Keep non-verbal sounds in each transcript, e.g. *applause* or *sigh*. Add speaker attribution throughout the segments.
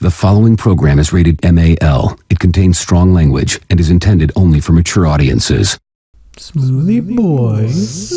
Speaker 1: The following program is rated MAL. It contains strong language and is intended only for mature audiences.
Speaker 2: Smoothie Boys.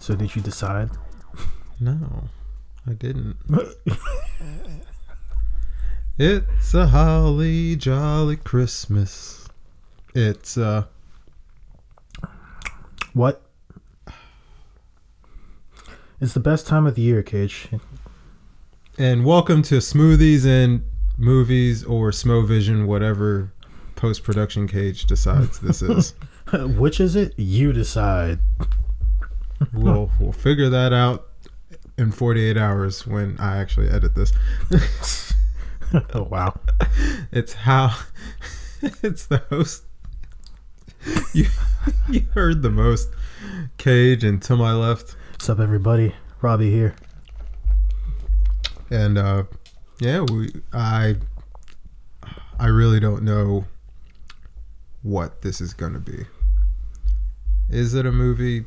Speaker 2: So did you decide?
Speaker 3: No, I didn't. it's a holly jolly Christmas. It's uh, a
Speaker 2: What? It's the best time of the year, Cage. *laughs*
Speaker 3: and welcome to smoothies and movies or Smovision, whatever post production cage decides this is.
Speaker 2: Which is it? You decide. *laughs*
Speaker 3: we'll we'll figure that out in 48 hours when I actually edit this.
Speaker 2: oh wow.
Speaker 3: It's how *laughs* it's the host. You you heard the most cage and to my left.
Speaker 2: What's up, everybody? Robbie here.
Speaker 3: and uh, yeah, we I I really don't know what this is gonna be. Is it a movie?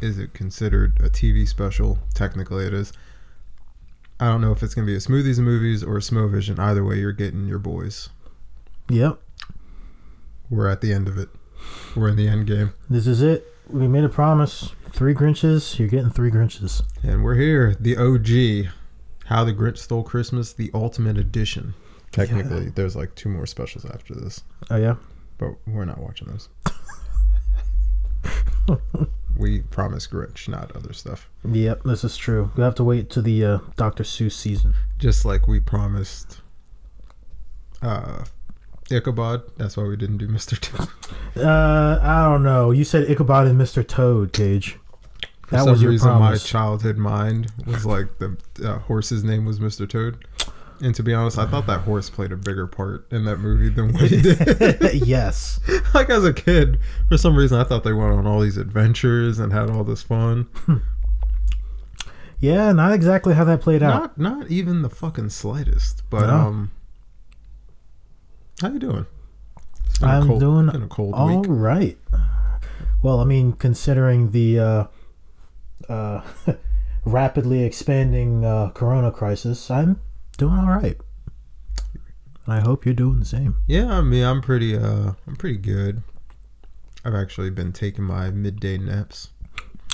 Speaker 3: Is it considered a TV special? Technically, it is. I don't know if it's gonna be a smoothies and movies or a Smovision. Either way, you're getting your boys.
Speaker 2: Yep.
Speaker 3: We're at the end of it. We're in the end game,
Speaker 2: This is it. We made a promise. Three Grinches. You're getting three Grinches.
Speaker 3: and we're here. The OG, How the Grinch Stole Christmas, the Ultimate Edition. Technically, there's like two more specials after this.
Speaker 2: Oh yeah.
Speaker 3: But we're not watching *laughs* those. we promise Grinch, not other stuff.
Speaker 2: Yep. This is true. We have to wait to the uh, Dr. Seuss season.
Speaker 3: Just like we promised uh Ichabod. That's why we didn't do Mr. Toad.
Speaker 2: Uh, I don't know. You said Ichabod and Mr. Toad, Cage.
Speaker 3: For
Speaker 2: That
Speaker 3: some
Speaker 2: was your
Speaker 3: reason,
Speaker 2: promise.
Speaker 3: my childhood mind was like the uh, horse's name was Mr. Toad. And to be honest, I thought that horse played a bigger part in that movie than what *laughs* he did.
Speaker 2: *laughs* yes.
Speaker 3: *laughs* like as a kid, for some reason, I thought they went on all these adventures and had all this fun.
Speaker 2: Yeah. Not exactly how that played out.
Speaker 3: Not not even the fucking slightest. But
Speaker 2: No.
Speaker 3: um, how you doing? It's been a
Speaker 2: I'm
Speaker 3: cold-
Speaker 2: doing
Speaker 3: been a cold
Speaker 2: All
Speaker 3: week.
Speaker 2: right. Well, I mean, considering the uh, uh, *laughs* rapidly expanding uh, corona crisis, I'm doing all right. And I hope you're doing the same.
Speaker 3: Yeah, I mean I'm pretty uh I'm pretty good. I've actually been taking my midday naps.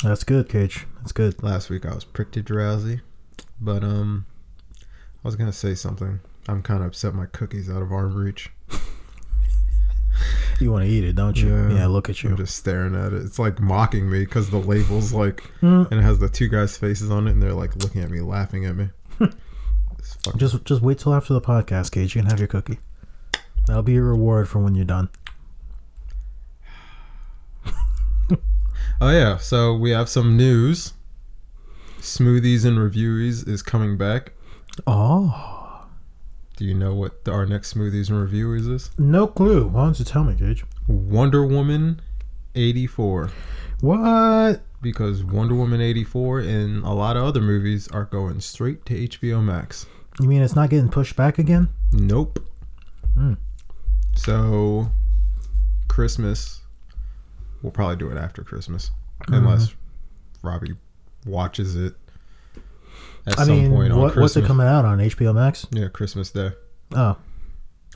Speaker 2: That's good, Cage. That's good.
Speaker 3: Last week I was pretty drowsy, but um, I was gonna say something. I'm kind of upset my cookies out of arm reach.
Speaker 2: You want to eat it, don't you?
Speaker 3: Yeah.
Speaker 2: Yeah, look at
Speaker 3: I'm
Speaker 2: you.
Speaker 3: just staring at it. It's like mocking me because the label's like,
Speaker 2: Mm.
Speaker 3: and it has the two guys' faces on it, and they're like looking at me, laughing at me. It's fucking
Speaker 2: Just just wait till after the podcast, Cage. You can have your cookie. That'll be your reward for when you're done.
Speaker 3: Oh yeah, so we have some news. Smoothies and Reviewies is coming back.
Speaker 2: Oh,
Speaker 3: Do you know what our next Smoothies and Reviewies is?
Speaker 2: no clue. Why don't you tell me, Cage?
Speaker 3: Wonder Woman 84.
Speaker 2: What?
Speaker 3: Because Wonder Woman 84 and a lot of other movies are going straight to HBO Max.
Speaker 2: You mean it's not getting pushed back again?
Speaker 3: Nope.
Speaker 2: Hmm.
Speaker 3: So, Christmas. We'll probably do it after Christmas.
Speaker 2: Uh-huh.
Speaker 3: Unless Robbie watches it at
Speaker 2: I
Speaker 3: some
Speaker 2: mean,
Speaker 3: point on
Speaker 2: what,
Speaker 3: Christmas.
Speaker 2: what's it coming out on HBO Max?
Speaker 3: Yeah, Christmas Day.
Speaker 2: Oh,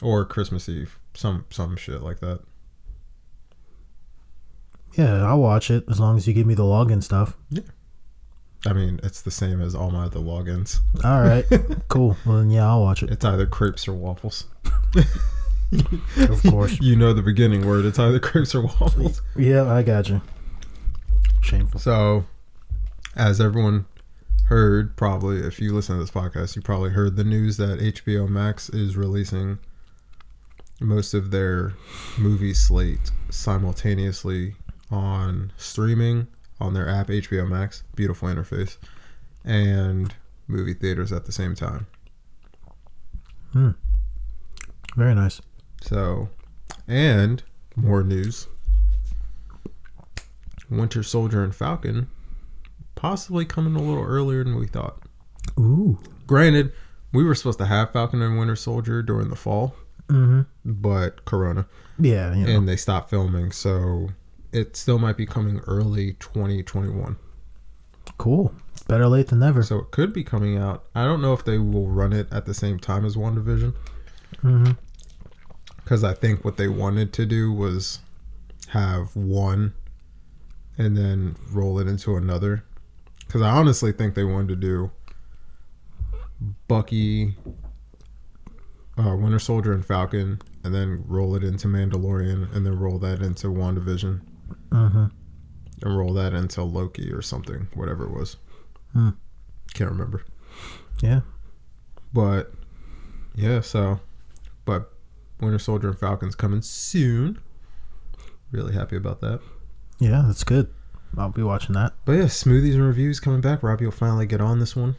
Speaker 3: or Christmas Eve, some some shit like that.
Speaker 2: yeah, I'll watch it as long as you give me the login stuff.
Speaker 3: I mean, it's the same as all my other logins.
Speaker 2: All
Speaker 3: *laughs*
Speaker 2: right, cool. Well, then, yeah, I'll watch it.
Speaker 3: It's either crepes or waffles.
Speaker 2: Of
Speaker 3: *laughs*
Speaker 2: course.
Speaker 3: You know the beginning word. It's either crepes or waffles.
Speaker 2: yeah, I got you. Shameful.
Speaker 3: So, as everyone heard, probably if you listen to this podcast, you probably heard the news that HBO Max is releasing most of their movie slate simultaneously on streaming on their app HBO Max, beautiful interface, and movie theaters at the same time.
Speaker 2: Very nice.
Speaker 3: So, and more news Winter Soldier and Falcon possibly coming a little earlier than we thought.
Speaker 2: Ooh.
Speaker 3: Granted, we were supposed to have Falcon and Winter Soldier during the fall, Mm-hmm.
Speaker 2: hmm
Speaker 3: but Corona
Speaker 2: Yeah. You know.
Speaker 3: and they stopped filming, so it still might be coming early 2021.
Speaker 2: cool. Better late than never.
Speaker 3: So it could be coming out. I don't know if they will run it at the same time as WandaVision. Mm-hmm.
Speaker 2: Mhm.
Speaker 3: Because I think what they wanted to do was have one and then roll it into another. Because I honestly think they wanted to do Bucky, uh, Winter Soldier, and Falcon, and then roll it into Mandalorian, and then roll that into WandaVision,
Speaker 2: Mhm.
Speaker 3: and roll that into Loki or something, whatever it was.
Speaker 2: Hmm.
Speaker 3: Can't remember.
Speaker 2: Yeah.
Speaker 3: But yeah, so but Winter Soldier and Falcon's coming soon. Really happy about that.
Speaker 2: Yeah, that's good. I'll be watching that.
Speaker 3: But yeah, smoothies and reviews coming back. Robbie will finally get on this one.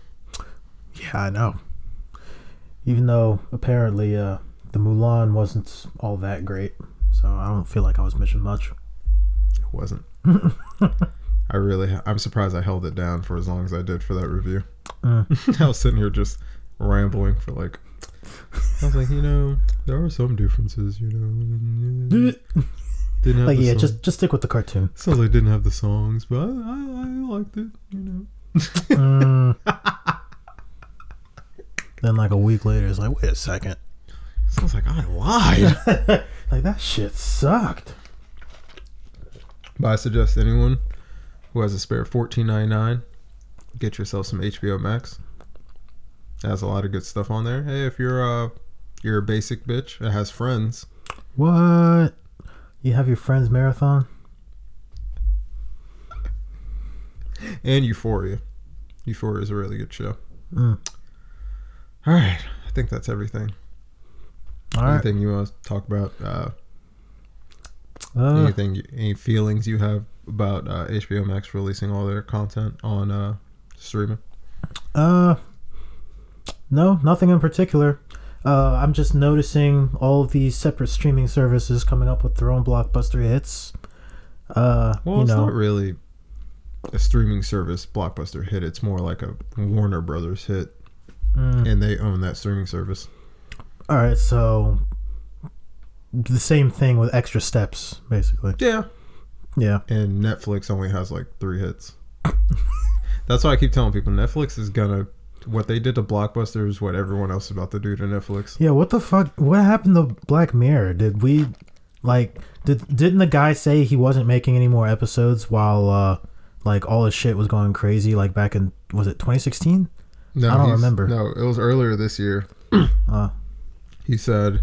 Speaker 2: Yeah, I know. Even though apparently uh, the Mulan wasn't all that great, so I don't feel like I was missing
Speaker 3: *laughs*
Speaker 2: much.
Speaker 3: It
Speaker 2: *laughs*
Speaker 3: wasn't. I really, I'm surprised I held it down for as long as I did for that review.
Speaker 2: Mm.
Speaker 3: *laughs* I was sitting here just rambling for like. I was like, you know, there are some differences, you know. Didn't have
Speaker 2: like
Speaker 3: the
Speaker 2: yeah,
Speaker 3: song-
Speaker 2: just just stick with the cartoon.
Speaker 3: so they didn't have the songs, but I, I, I liked it, you know.
Speaker 2: Mm. then like a week later, it's like wait a second,
Speaker 3: Sounds like I lied.
Speaker 2: *laughs* like that shit sucked.
Speaker 3: But I suggest anyone who has a spare fourteen ninety nine, get yourself some HBO Max. It has a lot of good stuff on there. Hey, if you're a you're a basic bitch, it has friends.
Speaker 2: What? You have your friends marathon?
Speaker 3: And Euphoria. Euphoria is a really good show.
Speaker 2: Mm.
Speaker 3: All right, I think that's everything.
Speaker 2: All right.
Speaker 3: Anything you want to talk about? Uh,
Speaker 2: Uh,
Speaker 3: anything? you- Any feelings you have about uh, HBO Max releasing all their content on uh, streaming?
Speaker 2: Uh, no, nothing in particular. Uh, I'm just noticing all of these separate streaming services coming up with their own blockbuster hits. Uh,
Speaker 3: Well,
Speaker 2: you
Speaker 3: it's
Speaker 2: know,
Speaker 3: not really a streaming service blockbuster hit. It's more like a Warner Brothers hit,
Speaker 2: Mm.
Speaker 3: and they own that streaming service.
Speaker 2: all right, so the same thing with extra steps, basically.
Speaker 3: Yeah,
Speaker 2: Yeah,
Speaker 3: and Netflix only has like three hits. *laughs* That's why I keep telling people Netflix is gonna what they did to Blockbuster is what everyone else is about to do to Netflix.
Speaker 2: yeah. What the fuck? What happened to Black Mirror? Did we like? Did didn't the guy say he wasn't making any more episodes while uh, like all his shit was going crazy? Like back in was it 2016?
Speaker 3: No,
Speaker 2: I don't
Speaker 3: he's-
Speaker 2: remember.
Speaker 3: No, it was earlier this year.
Speaker 2: *clears throat* Uh,
Speaker 3: He said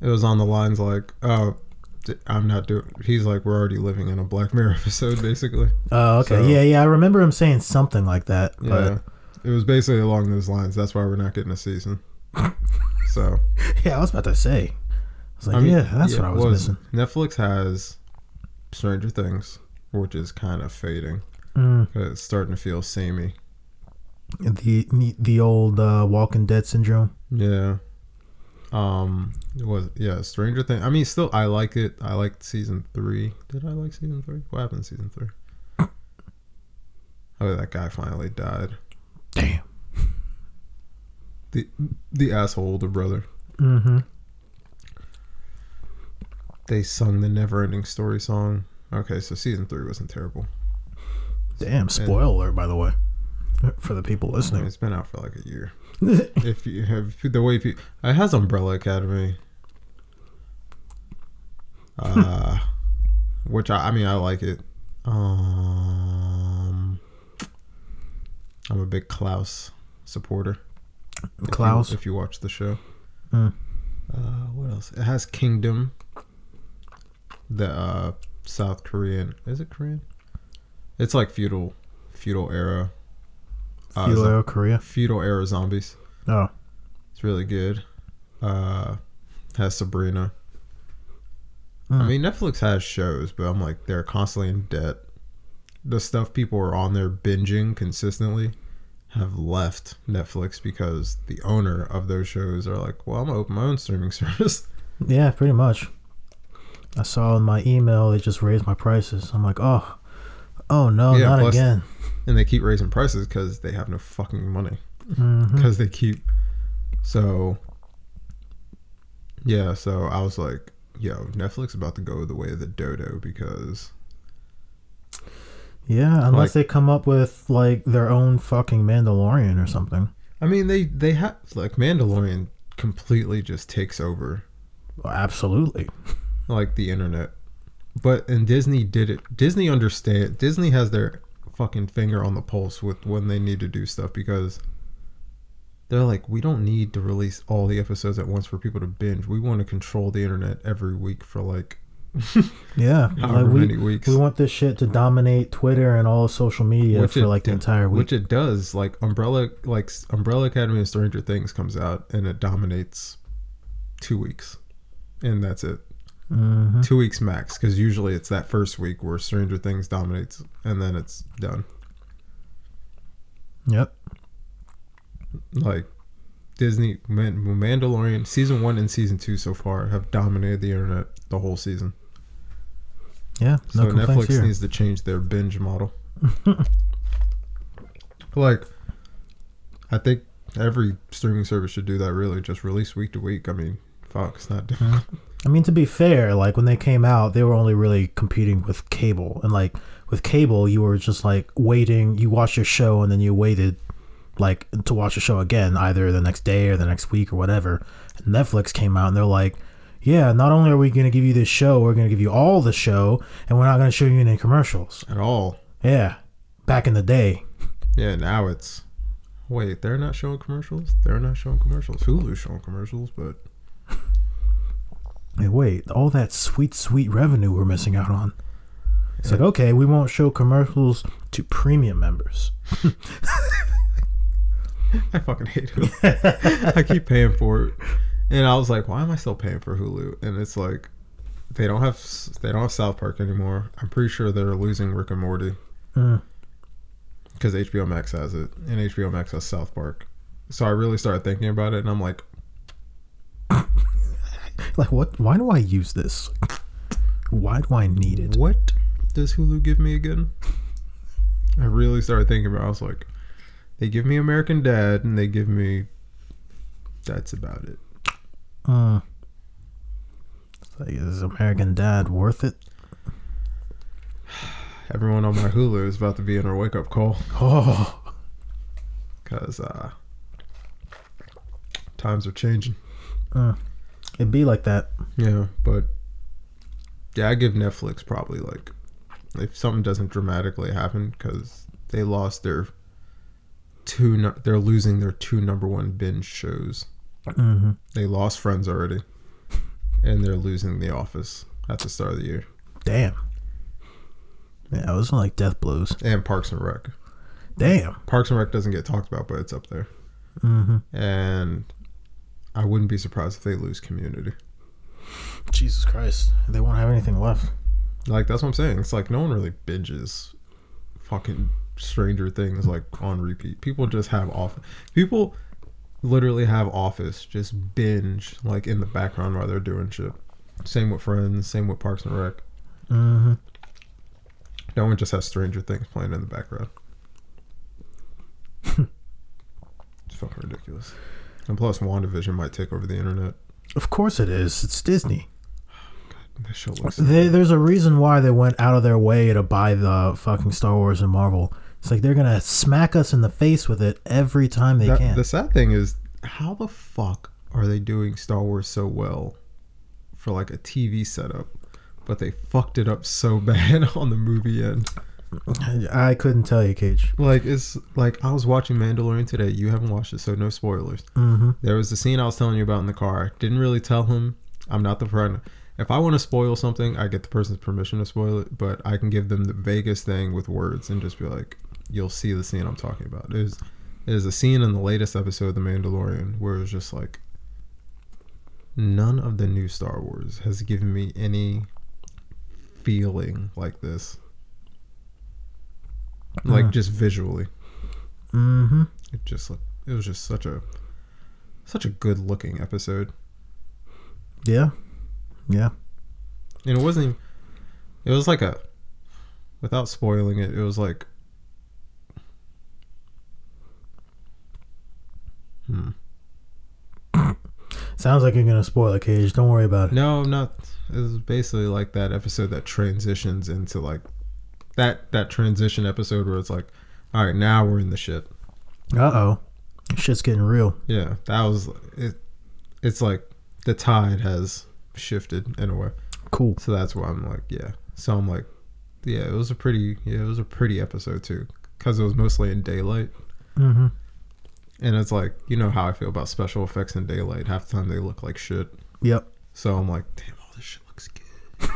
Speaker 3: it was on the lines like, "Oh, d- I'm not doing." He's like, "We're already living in a Black Mirror *laughs* episode, basically."
Speaker 2: Oh, okay.
Speaker 3: So-
Speaker 2: yeah, yeah. I remember him saying something like that.
Speaker 3: Yeah. It was basically along those lines. That's why we're not getting a season. so
Speaker 2: But *laughs* yeah, I was about to say. I was like,
Speaker 3: I mean,
Speaker 2: yeah, that's what I
Speaker 3: it
Speaker 2: was, missing.
Speaker 3: Netflix has Stranger Things, which is kind of fading.
Speaker 2: Mm,
Speaker 3: It's starting to feel samey.
Speaker 2: the the old uh, Walking Dead syndrome.
Speaker 3: Yeah. Um. It was yeah. Stranger Things. I mean, still, I like it. I liked season three. Did I like season three? What happened in
Speaker 2: *coughs*
Speaker 3: season three? Oh, that guy finally died.
Speaker 2: Damn.
Speaker 3: The the asshole older brother.
Speaker 2: Mm-hmm.
Speaker 3: They sung the never ending story song. Okay, so season three wasn't terrible.
Speaker 2: Damn. Spoiler, by the way, for the people
Speaker 3: I mean,
Speaker 2: listening.
Speaker 3: it's been out for like a year. If you have the way people, it has Umbrella Academy. Uh, *laughs* which I, I mean, I like it. Um, I'm a big Klaus supporter. If you-
Speaker 2: *laughs* Klaus.
Speaker 3: if you watch the show.
Speaker 2: Mm.
Speaker 3: Uh, what else? It has Kingdom. The uh, South Korean is it Korean? It's like feudal, feudal era. Uh,
Speaker 2: Feudal
Speaker 3: zo-
Speaker 2: Era Korea.
Speaker 3: feudal era zombies.
Speaker 2: Oh,
Speaker 3: It's really good. Uh, has Sabrina. I
Speaker 2: Mm.
Speaker 3: mean, Netflix has shows, but I'm like they're constantly in debt. The stuff people are on there binging consistently have left Netflix because the owner of those shows are like, well, I'm gonna open my own streaming *laughs* service.
Speaker 2: Yeah, pretty much. I saw in my email they just raised my prices. I'm like, oh, oh no,
Speaker 3: Yeah,
Speaker 2: not
Speaker 3: plus-
Speaker 2: again.
Speaker 3: and they keep raising prices because they have no fucking money
Speaker 2: Mhm.
Speaker 3: because they keep so yeah so i was like yo netflix about to go the way of the dodo because
Speaker 2: Yeah, unless
Speaker 3: Like-
Speaker 2: they come up with like their own fucking Mandalorian or something.
Speaker 3: i mean they they have like mandalorian completely just takes over
Speaker 2: Well, absolutely.
Speaker 3: like the internet but and disney did it disney understand disney has their fucking finger on the pulse with when they need to do stuff because they're like we don't need to release all the episodes at once for people to binge we want to control the internet every week for like
Speaker 2: Yeah,
Speaker 3: however
Speaker 2: like we
Speaker 3: many weeks
Speaker 2: we want this shit to dominate Twitter and all social media
Speaker 3: Which
Speaker 2: for
Speaker 3: it
Speaker 2: like the
Speaker 3: do-
Speaker 2: entire week.
Speaker 3: which it does like umbrella like s- umbrella academy and stranger things comes out and it dominates two weeks and that's it
Speaker 2: Mhm.
Speaker 3: two weeks max because usually it's that first week where stranger things dominates and then it's done
Speaker 2: Yep.
Speaker 3: like disney Man- mandalorian season one and season two so far have dominated the internet the whole season
Speaker 2: Yeah. No
Speaker 3: so
Speaker 2: complaints
Speaker 3: netflix
Speaker 2: here.
Speaker 3: needs to change their binge model *laughs* like i think every streaming service should do that really just release week to week i mean fuck it's not difficult
Speaker 2: I mean, to be fair, like when they came out, they were only really competing with cable, and like with cable, you were just like waiting. You watched your show, and then you waited like to watch the show again, either the next day or the next week or whatever. And Netflix came out, and they're like, "Yeah, not only are we going to give you this show, we're going to give you all the show, and we're not going to show you any commercials."
Speaker 3: at all
Speaker 2: Yeah, back in the day,
Speaker 3: yeah now it's wait they're not showing commercials they're not showing commercials hulu's showing commercials but
Speaker 2: Hey, wait, all that sweet, sweet revenue we're missing out on. It's like, okay, we won't show commercials to premium members.
Speaker 3: *laughs* I fucking hate Hulu. I keep paying for it, and I was like, why am I still paying for Hulu? And it's like, they don't have they don't have South Park anymore. I'm pretty sure they're losing Rick and Morty
Speaker 2: Mm.
Speaker 3: because HBO Max has it, and HBO Max has South Park. So I really started thinking about it, and I'm like,
Speaker 2: Like, what? Why do I use this? Why do I need it?
Speaker 3: what does Hulu give me again? I really started thinking about. It. I was like, they give me American Dad, and they give me. That's about it.
Speaker 2: Mm. It's like, is American Dad worth it?
Speaker 3: Everyone on my Hulu is about to be in a wake up call.
Speaker 2: Oh,
Speaker 3: because uh, times are changing.
Speaker 2: it'd be like that.
Speaker 3: Yeah, but yeah, I give Netflix probably like if something doesn't dramatically happen because they lost their two, nu- they're losing their two number one binge shows.
Speaker 2: hmm
Speaker 3: They lost Friends already, and they're losing The Office at the start of the year
Speaker 2: Damn. Yeah, it was like death blows.
Speaker 3: and Parks and Rec.
Speaker 2: Damn.
Speaker 3: Parks and Rec doesn't get talked about, but it's up there,
Speaker 2: hmm
Speaker 3: and I wouldn't be surprised if they lose Community.
Speaker 2: Jesus Christ, they won't have anything left.
Speaker 3: Like that's what I'm saying. It's like no one really binges fucking Stranger Things like on repeat. People just have off. People literally have Office just binge like in the background while they're doing shit. Same with Friends. Same with Parks and Rec.
Speaker 2: hmm
Speaker 3: No one just has Stranger Things playing in the background. it's fucking ridiculous. And plus, WandaVision might take over the internet.
Speaker 2: Of course it is. It's Disney.
Speaker 3: That show
Speaker 2: *laughs*
Speaker 3: looks.
Speaker 2: They, there's a reason why they went out of their way to buy the fucking Star Wars and Marvel. It's like they're gonna smack us in the face with it every time they
Speaker 3: That-
Speaker 2: can.
Speaker 3: The sad thing is, how the fuck are they doing Star Wars so well for like a TV setup, but they fucked it up so *laughs* bad on the movie end?
Speaker 2: I couldn't tell you, Cage.
Speaker 3: Like it's like I was watching Mandalorian today. You haven't watched it, so no spoilers.
Speaker 2: hmm
Speaker 3: There was the scene I was telling you about in the car. Didn't really tell him. I'm not the friend. If I want to spoil something, I get the person's permission to spoil it, but I can give them the vaguest thing with words and just be like, "You'll see the scene I'm talking about." There's there's a scene in the latest episode of The Mandalorian where it's just like, none of the new Star Wars has given me any feeling like this, like just visually.
Speaker 2: Mm-hmm.
Speaker 3: It just looked, it was just such a such a good looking episode.
Speaker 2: Yeah. Yeah.
Speaker 3: And it wasn't even- it was like a without spoiling it, it was like
Speaker 2: Sounds like you're gonna spoil the cage. Don't worry about it.
Speaker 3: no, I'm not it was basically like that episode that transitions into like that that transition episode where it's like, all right, now we're in the shit.
Speaker 2: Uh oh. Shit's getting real.
Speaker 3: Yeah, that was it. It's like the tide has shifted in a way,
Speaker 2: Cool.
Speaker 3: so that's why I'm like, yeah. So I'm like, yeah, it was a pretty, yeah, it was a pretty episode too, because it was mostly in daylight,
Speaker 2: Mm-hmm.
Speaker 3: and it's like, you know how I feel about special effects in daylight. Half the time they look like shit,
Speaker 2: Yep.
Speaker 3: so I'm like, damn, all this shit looks good.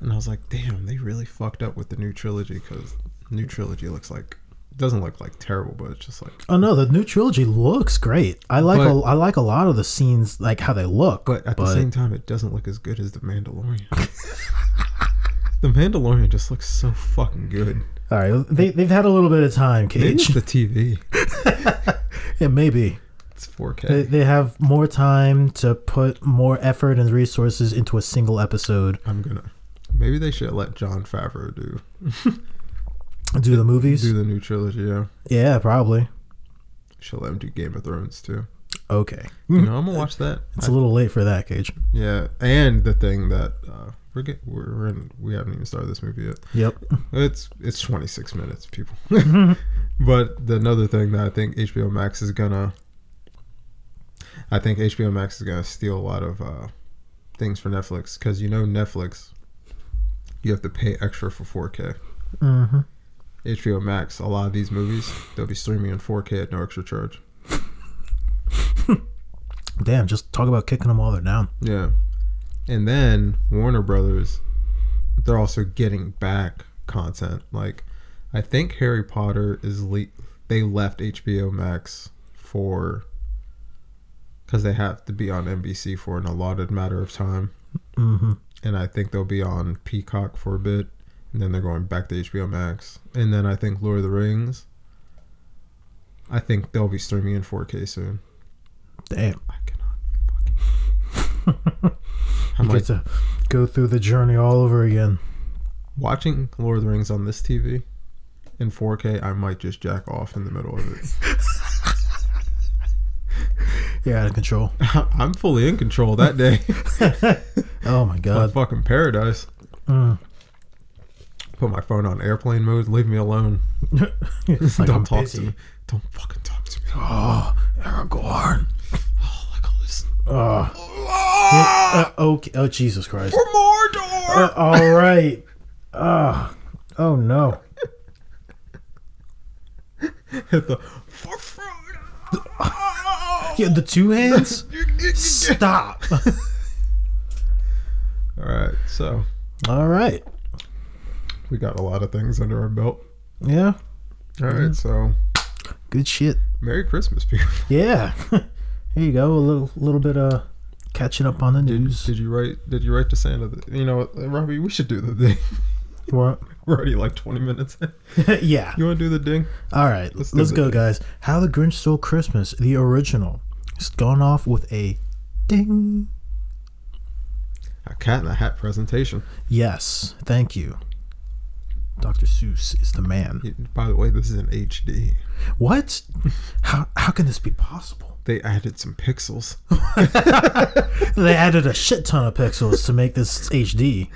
Speaker 3: and I was like, damn, they really fucked up with the new trilogy because new trilogy looks like doesn't look like terrible, but it's just like
Speaker 2: Oh no, the new trilogy looks great. I like a,
Speaker 3: But-
Speaker 2: I like a lot of the scenes, like how they look.
Speaker 3: But at the same time, it doesn't look as good as The Mandalorian. *laughs* the Mandalorian just looks so fucking good.
Speaker 2: all right, they they've had a little bit of time,
Speaker 3: Maybe it's
Speaker 2: Cage.
Speaker 3: the TV.
Speaker 2: *laughs* yeah, maybe
Speaker 3: It's
Speaker 2: they,
Speaker 3: 4K.
Speaker 2: they have more time to put more effort and resources into a single episode.
Speaker 3: I'm gonna. Maybe they should let John Favreau do
Speaker 2: Do the movies?
Speaker 3: do the new trilogy. Yeah,
Speaker 2: yeah, probably.
Speaker 3: should let him do Game of Thrones too.
Speaker 2: Okay,
Speaker 3: You know, I'm gonna watch that.
Speaker 2: it's a little late for that, Cage.
Speaker 3: Hmm. Yeah, and the thing that uh, we're get, we're in, we haven't even started this movie yet.
Speaker 2: Yep.
Speaker 3: It's it's 26 minutes, *laughs* people. but the another thing that I think HBO Max is gonna, I think HBO Max is gonna steal a lot of uh, things for Netflix because you know Netflix, you have to pay extra for 4K.
Speaker 2: Mm-hmm.
Speaker 3: HBO Max, a lot of these movies they'll be streaming in 4K at no extra charge.
Speaker 2: Damn, just talk about kicking them while they're down.
Speaker 3: Yeah, and then Warner Brothers, they're also getting back content. Like, I think Harry Potter is le- they left HBO Max for because they have to be on NBC for an allotted matter of time,
Speaker 2: Mm-hmm.
Speaker 3: and I think they'll be on Peacock for a bit, and then they're going back to HBO Max, and then I think Lord of the Rings. I think they'll be streaming in 4K soon.
Speaker 2: Damn,
Speaker 3: I cannot fucking. I'm
Speaker 2: you get to
Speaker 3: like,
Speaker 2: go through the journey all over again.
Speaker 3: watching Lord of the Rings on this TV in 4K, I might just jack off in the middle of it. *laughs*
Speaker 2: You're out of control.
Speaker 3: I'm fully in control that day. *laughs*
Speaker 2: Oh my
Speaker 3: My
Speaker 2: god. *laughs*
Speaker 3: fucking paradise.
Speaker 2: Mm.
Speaker 3: Put my phone on airplane mode. Leave me alone.
Speaker 2: It's like
Speaker 3: Don't
Speaker 2: I'm
Speaker 3: talk to
Speaker 2: busy.
Speaker 3: me. Don't fucking talk to me.
Speaker 2: Oh, Aragorn.
Speaker 3: Oh, like listen.
Speaker 2: Oh,
Speaker 3: Ah,
Speaker 2: uh, okay. oh Jesus Christ.
Speaker 3: for Mordor. *laughs*
Speaker 2: Uh, all right. Oh, oh no.
Speaker 3: Hit the for Frodo.
Speaker 2: Yeah, the two *laughs* hands. Stop. *laughs*
Speaker 3: All right, so
Speaker 2: all right.
Speaker 3: we got a lot of things under our belt. Mm-hmm.
Speaker 2: Yeah.
Speaker 3: All right, so
Speaker 2: Good shit.
Speaker 3: Merry Christmas, people.
Speaker 2: Yeah. *laughs* Here you go. A little, little bit of catching up on the news.
Speaker 3: Did you write? Did you write to Santa? That, you know, what, Robbie, we should do the thing.
Speaker 2: We're-
Speaker 3: *laughs* We're already like twenty minutes. in.
Speaker 2: *laughs* yeah.
Speaker 3: You want to do the ding?
Speaker 2: All right,
Speaker 3: Let's
Speaker 2: let's,
Speaker 3: do the-
Speaker 2: go, guys. How the Grinch Stole Christmas, the original, has gone off with a ding.
Speaker 3: A cat in a hat presentation.
Speaker 2: Yes, thank you. Dr. Seuss is the man.
Speaker 3: Yeah, By the way, this is an HD.
Speaker 2: What? How, how can this be possible?
Speaker 3: They added some pixels. *laughs*
Speaker 2: They added a shit ton of pixels to make this HD.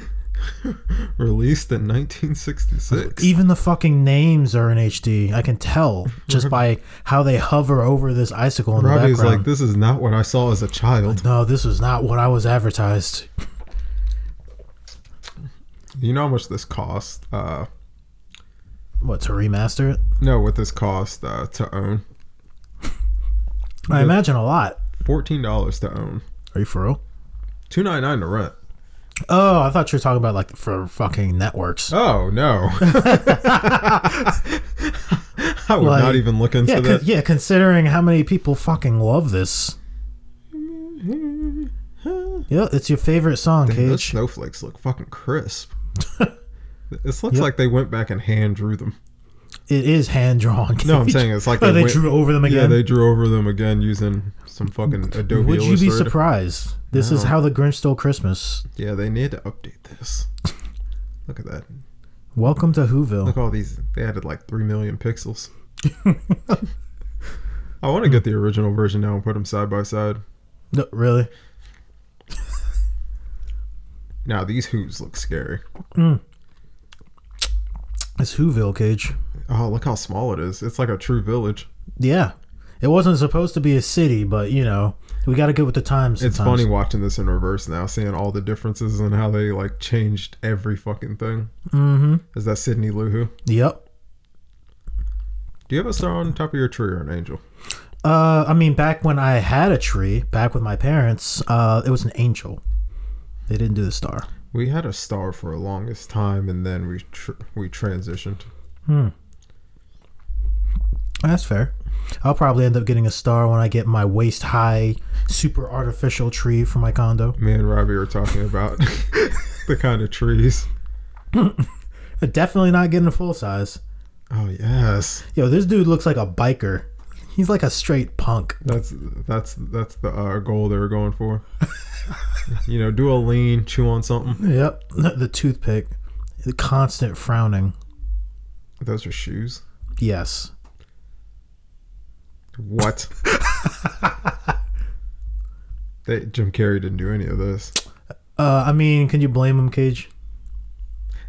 Speaker 3: Released in 1966.
Speaker 2: Even the fucking names are in HD. I can tell just by how they hover over this icicle in the
Speaker 3: Robbie's like,
Speaker 2: background.
Speaker 3: this is not what I saw as a child.
Speaker 2: no, this was not what I was advertised.
Speaker 3: You know how much this cost? Uh,
Speaker 2: What, to remaster it?
Speaker 3: no, what this cost uh, to own?
Speaker 2: I imagine a lot.
Speaker 3: Fourteen dollars to own.
Speaker 2: Are you for real?
Speaker 3: Two ninety nine to rent.
Speaker 2: Oh, I thought you were talking about like for fucking networks.
Speaker 3: Oh no. *laughs* I would
Speaker 2: Like-
Speaker 3: not even look into
Speaker 2: yeah,
Speaker 3: that.
Speaker 2: con- yeah. Considering how many people fucking love this. Yeah, it's your favorite song,
Speaker 3: Dude, Those
Speaker 2: Cage. *laughs*
Speaker 3: snowflakes look fucking crisp. this looks
Speaker 2: Yep.
Speaker 3: like they went back and hand drew them.
Speaker 2: It is hand drawn.
Speaker 3: No, I'm
Speaker 2: *laughs*
Speaker 3: saying it's like
Speaker 2: they
Speaker 3: went-
Speaker 2: drew over them
Speaker 3: Yeah,
Speaker 2: again.
Speaker 3: they drew over them again using some fucking Adobe
Speaker 2: Would you be
Speaker 3: Illustrator.
Speaker 2: surprised? This is
Speaker 3: No.
Speaker 2: how the Grinch stole Christmas.
Speaker 3: Yeah, they need to update
Speaker 2: *laughs*
Speaker 3: this. Look at that.
Speaker 2: Welcome to Whoville.
Speaker 3: *laughs* Look all these. They added like three million
Speaker 2: *laughs*
Speaker 3: pixels. I want to
Speaker 2: Hmm.
Speaker 3: get the original version now and put them side by side.
Speaker 2: No, really?
Speaker 3: Now these Who's look scary.
Speaker 2: It's Whoville, Cage.
Speaker 3: Oh, look how small it is. It's like a true village.
Speaker 2: Yeah. It wasn't supposed to be a city, but you know, we got to go with the times.
Speaker 3: It's
Speaker 2: sometimes.
Speaker 3: funny watching this in reverse now, seeing all the differences and how they like changed every fucking thing. Mm-hmm. Is that Sidney Luhu?
Speaker 2: Yep.
Speaker 3: Do you have a star on top of your tree or an angel?
Speaker 2: Uh, I mean, back when I had a tree, back with my parents, uh, it was an angel. They didn't do the star.
Speaker 3: We had a star for the longest time, and then we tr- we transitioned.
Speaker 2: That's fair. I'll probably end up getting a star when I get my waist high, super artificial tree for my condo.
Speaker 3: Me and Robbie were talking about the kind of trees.
Speaker 2: Definitely not getting a full size.
Speaker 3: Oh yes,
Speaker 2: Yo, this dude looks like a biker. He's like a straight punk.
Speaker 3: that's that's that's the uh, goal they were going for. you know, do a lean, chew on something.
Speaker 2: Yep. *laughs* The toothpick. The constant frowning.
Speaker 3: Those are shoes.
Speaker 2: Yes.
Speaker 3: What? they, Jim Carrey didn't do any of this.
Speaker 2: Uh, I mean, can you blame him, Cage?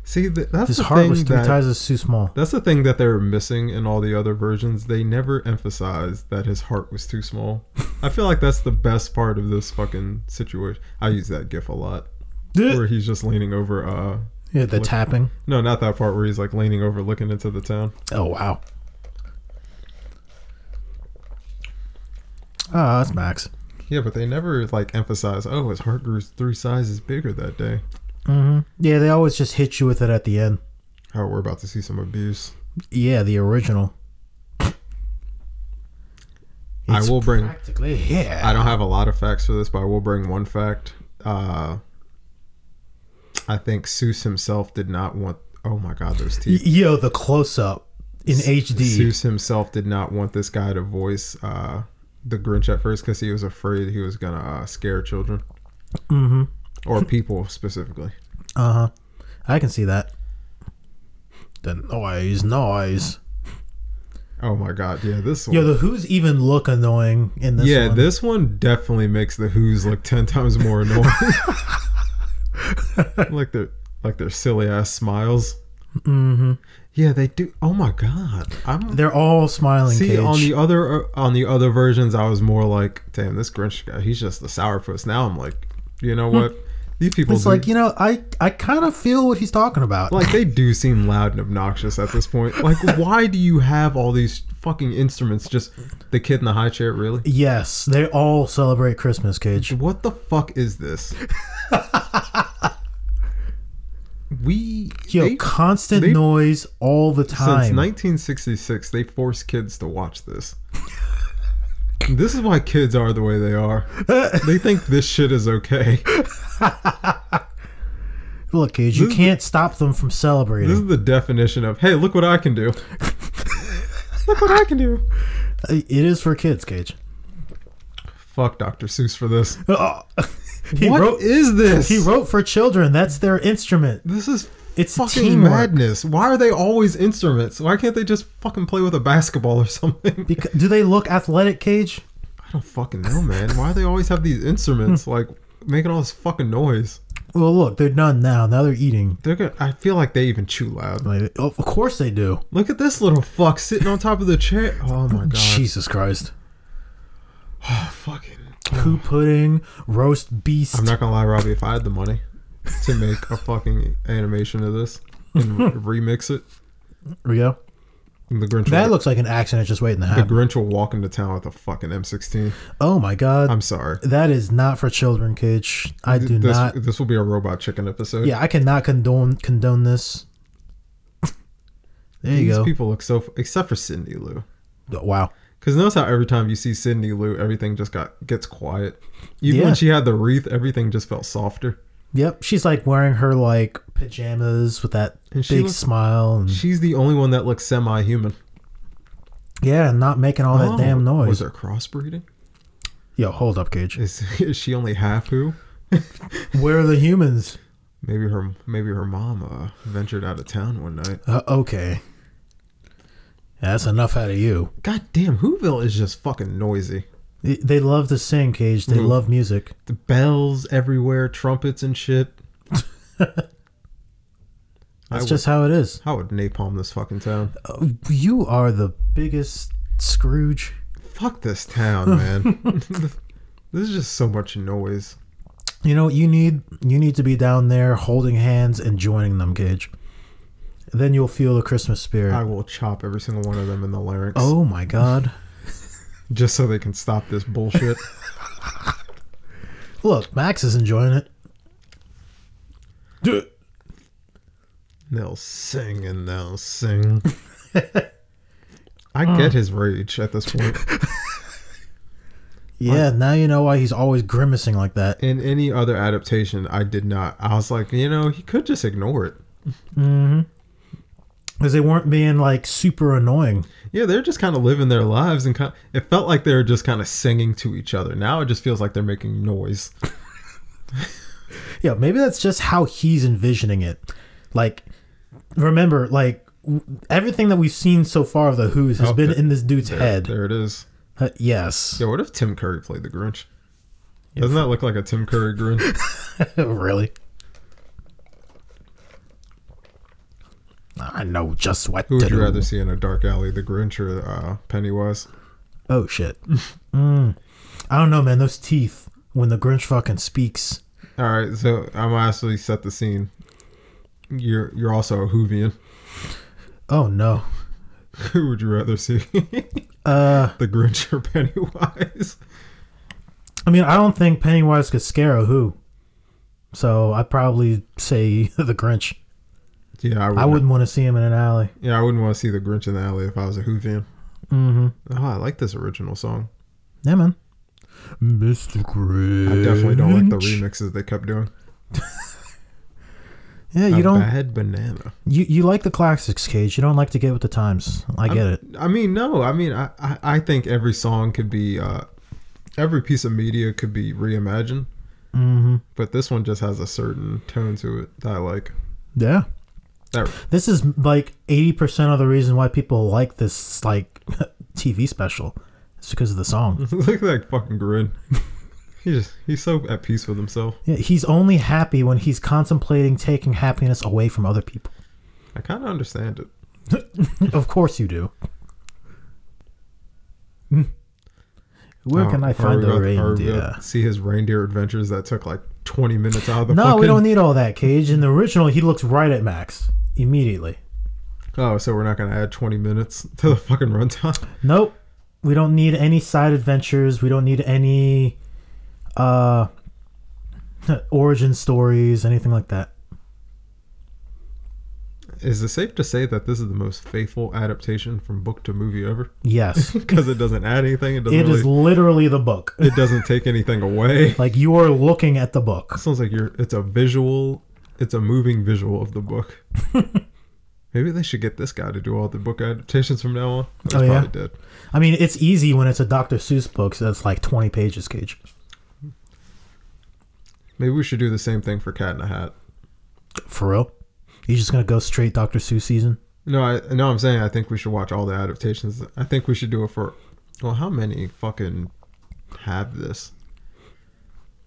Speaker 3: See, th- that's
Speaker 2: His
Speaker 3: the
Speaker 2: heart
Speaker 3: thing
Speaker 2: was three
Speaker 3: that,
Speaker 2: times as too
Speaker 3: *laughs*
Speaker 2: small.
Speaker 3: that's the thing that they were missing in all the other versions. They never emphasized that his heart was too small. I feel like that's the best part of this fucking situation. I use that gif a lot, where he's just leaning over. Uh,
Speaker 2: *laughs* Yeah, the tapping.
Speaker 3: no, not that part where he's like leaning over, looking into the town.
Speaker 2: Oh wow. Ah, that's Max.
Speaker 3: Yeah, but they never like emphasize. Oh, his heart grew three sizes bigger that day.
Speaker 2: Yeah, they always just hit you with it at the end.
Speaker 3: Oh, we're about to see some abuse.
Speaker 2: Yeah, the original.
Speaker 3: I will bring.
Speaker 2: Practically, yeah.
Speaker 3: I don't have a lot of facts for this, but I will bring one fact. Uh, I think Seuss himself did not want. Oh my God, those
Speaker 2: Y-
Speaker 3: teeth.
Speaker 2: Yo, the close up in HD.
Speaker 3: Seuss himself did not want this guy to voice uh, the Grinch at first because he was afraid he was gonna uh, scare children mm-hmm. or people specifically.
Speaker 2: Uh huh. I can see that. The noise, noise.
Speaker 3: Oh my God, yeah, this one.
Speaker 2: Yo, the Who's even look annoying in this.
Speaker 3: yeah,
Speaker 2: one.
Speaker 3: this one definitely makes the Who's look ten times
Speaker 2: *laughs*
Speaker 3: more annoying. like their like their silly ass smiles. Mm-hmm. Yeah, they do. Oh my god, I'm
Speaker 2: They're all smiling.
Speaker 3: see
Speaker 2: Cage.
Speaker 3: on the other on the other versions. I was more like, damn, this Grinch guy, he's just a sourpuss. Now I'm like, you know what? These people
Speaker 2: Hmm. it's
Speaker 3: do-
Speaker 2: like you know, I I kind of feel what he's talking about.
Speaker 3: like they do seem loud and obnoxious at this point.
Speaker 2: *laughs*
Speaker 3: Like, why do you have all these fucking instruments? Just the kid in the high chair, really?
Speaker 2: Yes, they all celebrate Christmas, Cage.
Speaker 3: What the fuck is this? we
Speaker 2: Yo,
Speaker 3: they-
Speaker 2: constant
Speaker 3: they-
Speaker 2: noise all the
Speaker 3: since
Speaker 2: time.
Speaker 3: 1966 they force kids to watch this. this is why kids are the way they are. they think this shit is okay.
Speaker 2: Look, Cage, you
Speaker 3: This is
Speaker 2: can't stop them from
Speaker 3: This
Speaker 2: celebrating.
Speaker 3: is the definition of hey, look what I can do. look what I can do.
Speaker 2: Uh, it is for kids, Cage.
Speaker 3: Fuck Dr. Seuss for this.
Speaker 2: Oh, *laughs* he
Speaker 3: What
Speaker 2: wrote.
Speaker 3: is this?
Speaker 2: He wrote for children. That's their instrument.
Speaker 3: This is
Speaker 2: It's
Speaker 3: fucking
Speaker 2: teamwork.
Speaker 3: madness. Why are they always instruments? Why can't they just fucking play with a basketball or something?
Speaker 2: Because, do they look athletic, Cage?
Speaker 3: I don't fucking know, man. Why do they always have these instruments like making all this fucking noise?
Speaker 2: Well, look, they're done now. Now they're eating.
Speaker 3: They're gonna. I feel like they even chew loud.
Speaker 2: Like, oh, of course they do.
Speaker 3: Look at this little fuck sitting on top of the chair. Oh my god.
Speaker 2: Jesus Christ.
Speaker 3: Fucking.
Speaker 2: Poo pudding, roast beast.
Speaker 3: I'm not gonna lie, Robbie. If I had the money to make a fucking animation of this
Speaker 2: *laughs*
Speaker 3: and re- remix it,
Speaker 2: Here we go.
Speaker 3: the Grinch.
Speaker 2: That
Speaker 3: will,
Speaker 2: looks like an accident just waiting to
Speaker 3: the
Speaker 2: happen.
Speaker 3: Grinch will walk into town with a fucking M16.
Speaker 2: Oh my God.
Speaker 3: I'm sorry.
Speaker 2: That is not for children, Cage. I do
Speaker 3: this,
Speaker 2: not.
Speaker 3: This will be a robot chicken episode.
Speaker 2: Yeah, I cannot condone condone this. There you
Speaker 3: These
Speaker 2: go.
Speaker 3: people look so. f- Except for Cindy Lou.
Speaker 2: Oh, wow.
Speaker 3: Because notice how every time you see Cindy Lou, everything just got gets quiet. Even
Speaker 2: Yeah.
Speaker 3: when she had the wreath, everything just felt softer.
Speaker 2: Yep, she's like wearing her like pajamas with that
Speaker 3: And she
Speaker 2: big
Speaker 3: looks-
Speaker 2: smile and
Speaker 3: She's the only one that looks semi-human. Oh,
Speaker 2: yeah, not making all that damn
Speaker 3: Was
Speaker 2: noise.
Speaker 3: there crossbreeding?
Speaker 2: Yo, hold up,
Speaker 3: *laughs*
Speaker 2: Cage.
Speaker 3: Is, is she only half who?
Speaker 2: Where are the humans?
Speaker 3: Maybe her maybe her mom uh, ventured out of town one night.
Speaker 2: Uh, okay, that's enough out of you.
Speaker 3: God damn, Whoville is just fucking noisy.
Speaker 2: They- They love to sing, Cage.
Speaker 3: Mm-hmm.
Speaker 2: They love music.
Speaker 3: The bells everywhere, trumpets and shit. I
Speaker 2: That's
Speaker 3: would-
Speaker 2: just how it is.
Speaker 3: How would napalm this fucking town?
Speaker 2: Oh, You are the biggest Scrooge.
Speaker 3: Fuck
Speaker 2: *laughs*
Speaker 3: this town, man. *laughs* this is just so much noise.
Speaker 2: You know, you need you need to be down there holding hands and joining them, Cage. Then you'll feel the Christmas spirit.
Speaker 3: I will chop every single one of them in the larynx.
Speaker 2: oh my
Speaker 3: *laughs*
Speaker 2: god.
Speaker 3: Just so they can stop this bullshit.
Speaker 2: Look, Max is enjoying it. Duh.
Speaker 3: they'll sing and they'll sing. I get his rage at this point.
Speaker 2: Yeah, now you know why he's always grimacing like that.
Speaker 3: In any other adaptation, I did not. I was like, you know, he could just ignore it.
Speaker 2: Because they weren't being like super annoying.
Speaker 3: Yeah, they're just kind of living their lives, and kind it felt like they were just kind of singing to each other. Now it just feels like they're making noise.
Speaker 2: Yeah, maybe that's just how he's envisioning it. Like, remember, like, w- everything that we've seen so far of The Who's has
Speaker 3: Oh,
Speaker 2: been
Speaker 3: there-
Speaker 2: in this dude's head.
Speaker 3: There it is.
Speaker 2: Uh, yes.
Speaker 3: Yeah, what if Tim Curry played the Grinch? Doesn't that look like a Tim Curry Grinch?
Speaker 2: *laughs* really? I know just what
Speaker 3: Who would
Speaker 2: to
Speaker 3: you
Speaker 2: do.
Speaker 3: rather see in a dark alley, the Grinch or uh, Pennywise?
Speaker 2: Oh, shit. mm. I don't know, man. Those teeth, when the Grinch fucking speaks.
Speaker 3: All right, so I'm actually set the scene. You're you're also a Hoovian.
Speaker 2: Oh, no.
Speaker 3: *laughs* Who would you rather *laughs* see,
Speaker 2: Uh.
Speaker 3: the Grinch or *laughs* Pennywise?
Speaker 2: I mean, I don't think Pennywise could scare a who. So I'd probably say *laughs* the Grinch.
Speaker 3: Yeah, I, would
Speaker 2: I wouldn't want to see him in an alley.
Speaker 3: Yeah, I wouldn't want to see the Grinch in the alley if I was a Hoovian. Mm-hmm. Oh, I like this original song.
Speaker 2: Yeah, man. Mr. Grinch.
Speaker 3: I definitely don't like the remixes they kept doing.
Speaker 2: Yeah,
Speaker 3: a
Speaker 2: you don't.
Speaker 3: bad banana.
Speaker 2: You, you like the classics, Cage. You don't like to get with the times. I get it.
Speaker 3: I mean, no. I mean, I, I, I think every song could be, uh, every piece of media could be reimagined. Mm-hmm. But this one just has a certain tone to it that I like.
Speaker 2: Yeah.
Speaker 3: That,
Speaker 2: This is like eighty percent of the reason why people like this like *laughs* TV special. It's because of the song.
Speaker 3: *laughs* look at that
Speaker 2: *laughs*
Speaker 3: fucking grin. He just he's so at peace with himself.
Speaker 2: Yeah, he's only happy when he's contemplating taking happiness away from other people.
Speaker 3: I kind of understand it.
Speaker 2: Of course you do. Mm. Where
Speaker 3: Oh,
Speaker 2: can I
Speaker 3: are
Speaker 2: find
Speaker 3: we
Speaker 2: a
Speaker 3: about- are we about
Speaker 2: reindeer?
Speaker 3: to See his reindeer adventures that took like twenty minutes out of the.
Speaker 2: No,
Speaker 3: fucking...
Speaker 2: we don't need all that, Cage. In the original, he looks right at Max immediately.
Speaker 3: Oh, so we're not gonna add twenty minutes to the fucking runtime.
Speaker 2: Nope. We don't need any side adventures. We don't need any uh *laughs* origin stories, anything like that.
Speaker 3: Is it safe to say that this is the most faithful adaptation from book to movie ever? *laughs*
Speaker 2: Yes.
Speaker 3: Because it doesn't add anything. It doesn't.
Speaker 2: it
Speaker 3: really,
Speaker 2: is literally the book.
Speaker 3: *laughs* It doesn't take anything away.
Speaker 2: Like you are looking at the book.
Speaker 3: sounds like you're. It's a visual. It's a moving visual of
Speaker 2: *laughs*
Speaker 3: the book. Maybe they should get this guy to do all the book adaptations from now on. He's
Speaker 2: Oh, yeah?
Speaker 3: probably dead.
Speaker 2: I mean, it's easy when it's a Dr. Seuss book, so that's like 20 pages, Cage.
Speaker 3: Maybe we should do the same thing for Cat in a Hat.
Speaker 2: For real? You just gonna go straight Dr. Seuss season?
Speaker 3: No, I no, I'm saying I think we should watch all the adaptations. I think we should do it for. Well, how many fucking have this?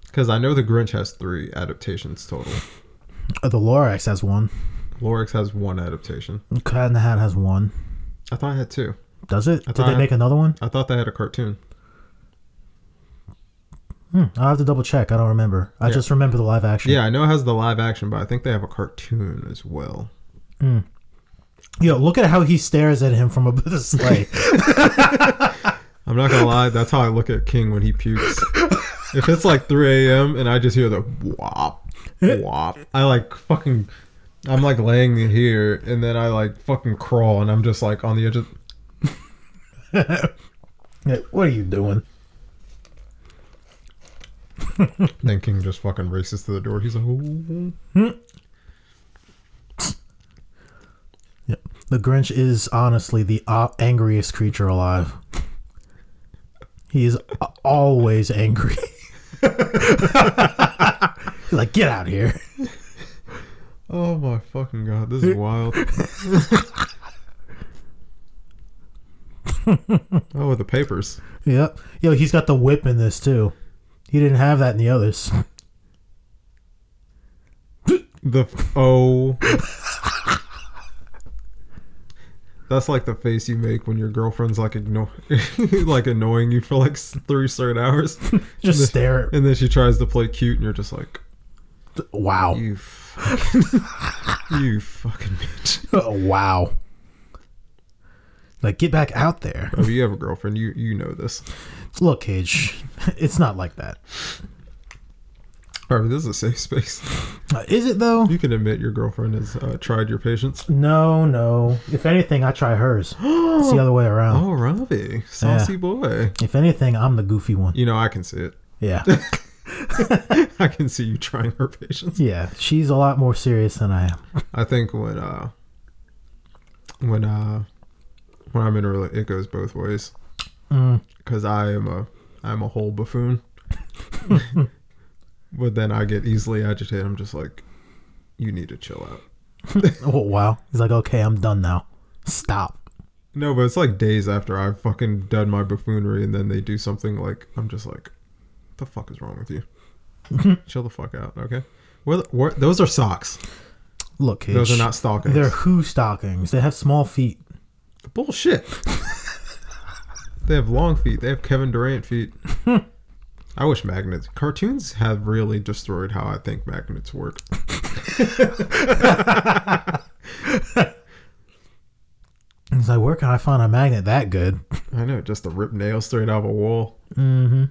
Speaker 3: Because I know the Grinch has three adaptations total.
Speaker 2: Uh, the Lorax has one.
Speaker 3: Lorix has one adaptation.
Speaker 2: Cat in the Hat has one.
Speaker 3: I thought I had two.
Speaker 2: Does it? Did
Speaker 3: thought
Speaker 2: they
Speaker 3: I-
Speaker 2: make another one?
Speaker 3: I thought they had a cartoon.
Speaker 2: Hmm, I'll have to double check. I don't remember. I just remember the live action.
Speaker 3: Yeah, I know it has the live action, but I think they have a cartoon as well.
Speaker 2: Yo, look at how he stares at him from above *laughs* the sleigh.
Speaker 3: I'm not gonna lie, that's how I look at King when he pukes. if it's like 3 a.m. and I just hear the wop, wop, I like fucking, I'm like laying here and then I like fucking crawl and I'm just like on the edge of.
Speaker 2: Yeah, what are you doing?
Speaker 3: then King just fucking races to the door. He's like, "Ooh."
Speaker 2: The Grinch is honestly the uh, angriest creature alive. He is a- always angry. *laughs* He's like, get out of here.
Speaker 3: "Oh my fucking god, this is wild." oh, the papers.
Speaker 2: Yep. Yo, he's got the whip in this too. He didn't have that in the others. *laughs*
Speaker 3: The oh. That's like the face you make when your girlfriend's like ignore, *laughs* like annoying you for like s- three straight hours, *laughs*
Speaker 2: Just stare.
Speaker 3: and then she tries to play cute, and you're just like,
Speaker 2: At, wow. *laughs*
Speaker 3: "You fucking, *laughs* you fucking bitch."
Speaker 2: wow. Like, get back out there.
Speaker 3: If you have a girlfriend, you you know this.
Speaker 2: Look, Cage, *laughs* it's not like that.
Speaker 3: All right, this is a safe space.
Speaker 2: Uh, Is it though?
Speaker 3: You can admit your girlfriend has uh, tried your patience.
Speaker 2: No, no. If anything, I try
Speaker 3: *gasps*
Speaker 2: hers. It's the other way around.
Speaker 3: Oh, Robbie, saucy
Speaker 2: Yeah.
Speaker 3: boy.
Speaker 2: If anything, I'm the goofy
Speaker 3: *laughs*
Speaker 2: one.
Speaker 3: You know I can see it.
Speaker 2: Yeah.
Speaker 3: I can see you trying her patience.
Speaker 2: Yeah. She's a lot more serious than
Speaker 3: *laughs*
Speaker 2: I am.
Speaker 3: I think when uh when uh when I'm in a rela- it goes both ways. Cuz I am a I'm a whole buffoon. but then I get easily agitated. I'm just like you need to chill out.
Speaker 2: Oh, wow. He's like, okay, I'm done now. Stop.
Speaker 3: No, but it's like days after I've fucking done my buffoonery and then they do something like I'm just like the fuck is wrong with you? chill the fuck out, okay? Where, where, those are socks.
Speaker 2: Look, Cage.
Speaker 3: Those are not stockings.
Speaker 2: They're who stockings. They have small feet.
Speaker 3: Bullshit. they have long feet. They have Kevin
Speaker 2: *laughs*
Speaker 3: Durant feet. I wish magnets. Cartoons have really destroyed how I think magnets work.
Speaker 2: He's like, where can I find a magnet that good?
Speaker 3: I know, just to rip nails straight out of a wall. Mm-hmm.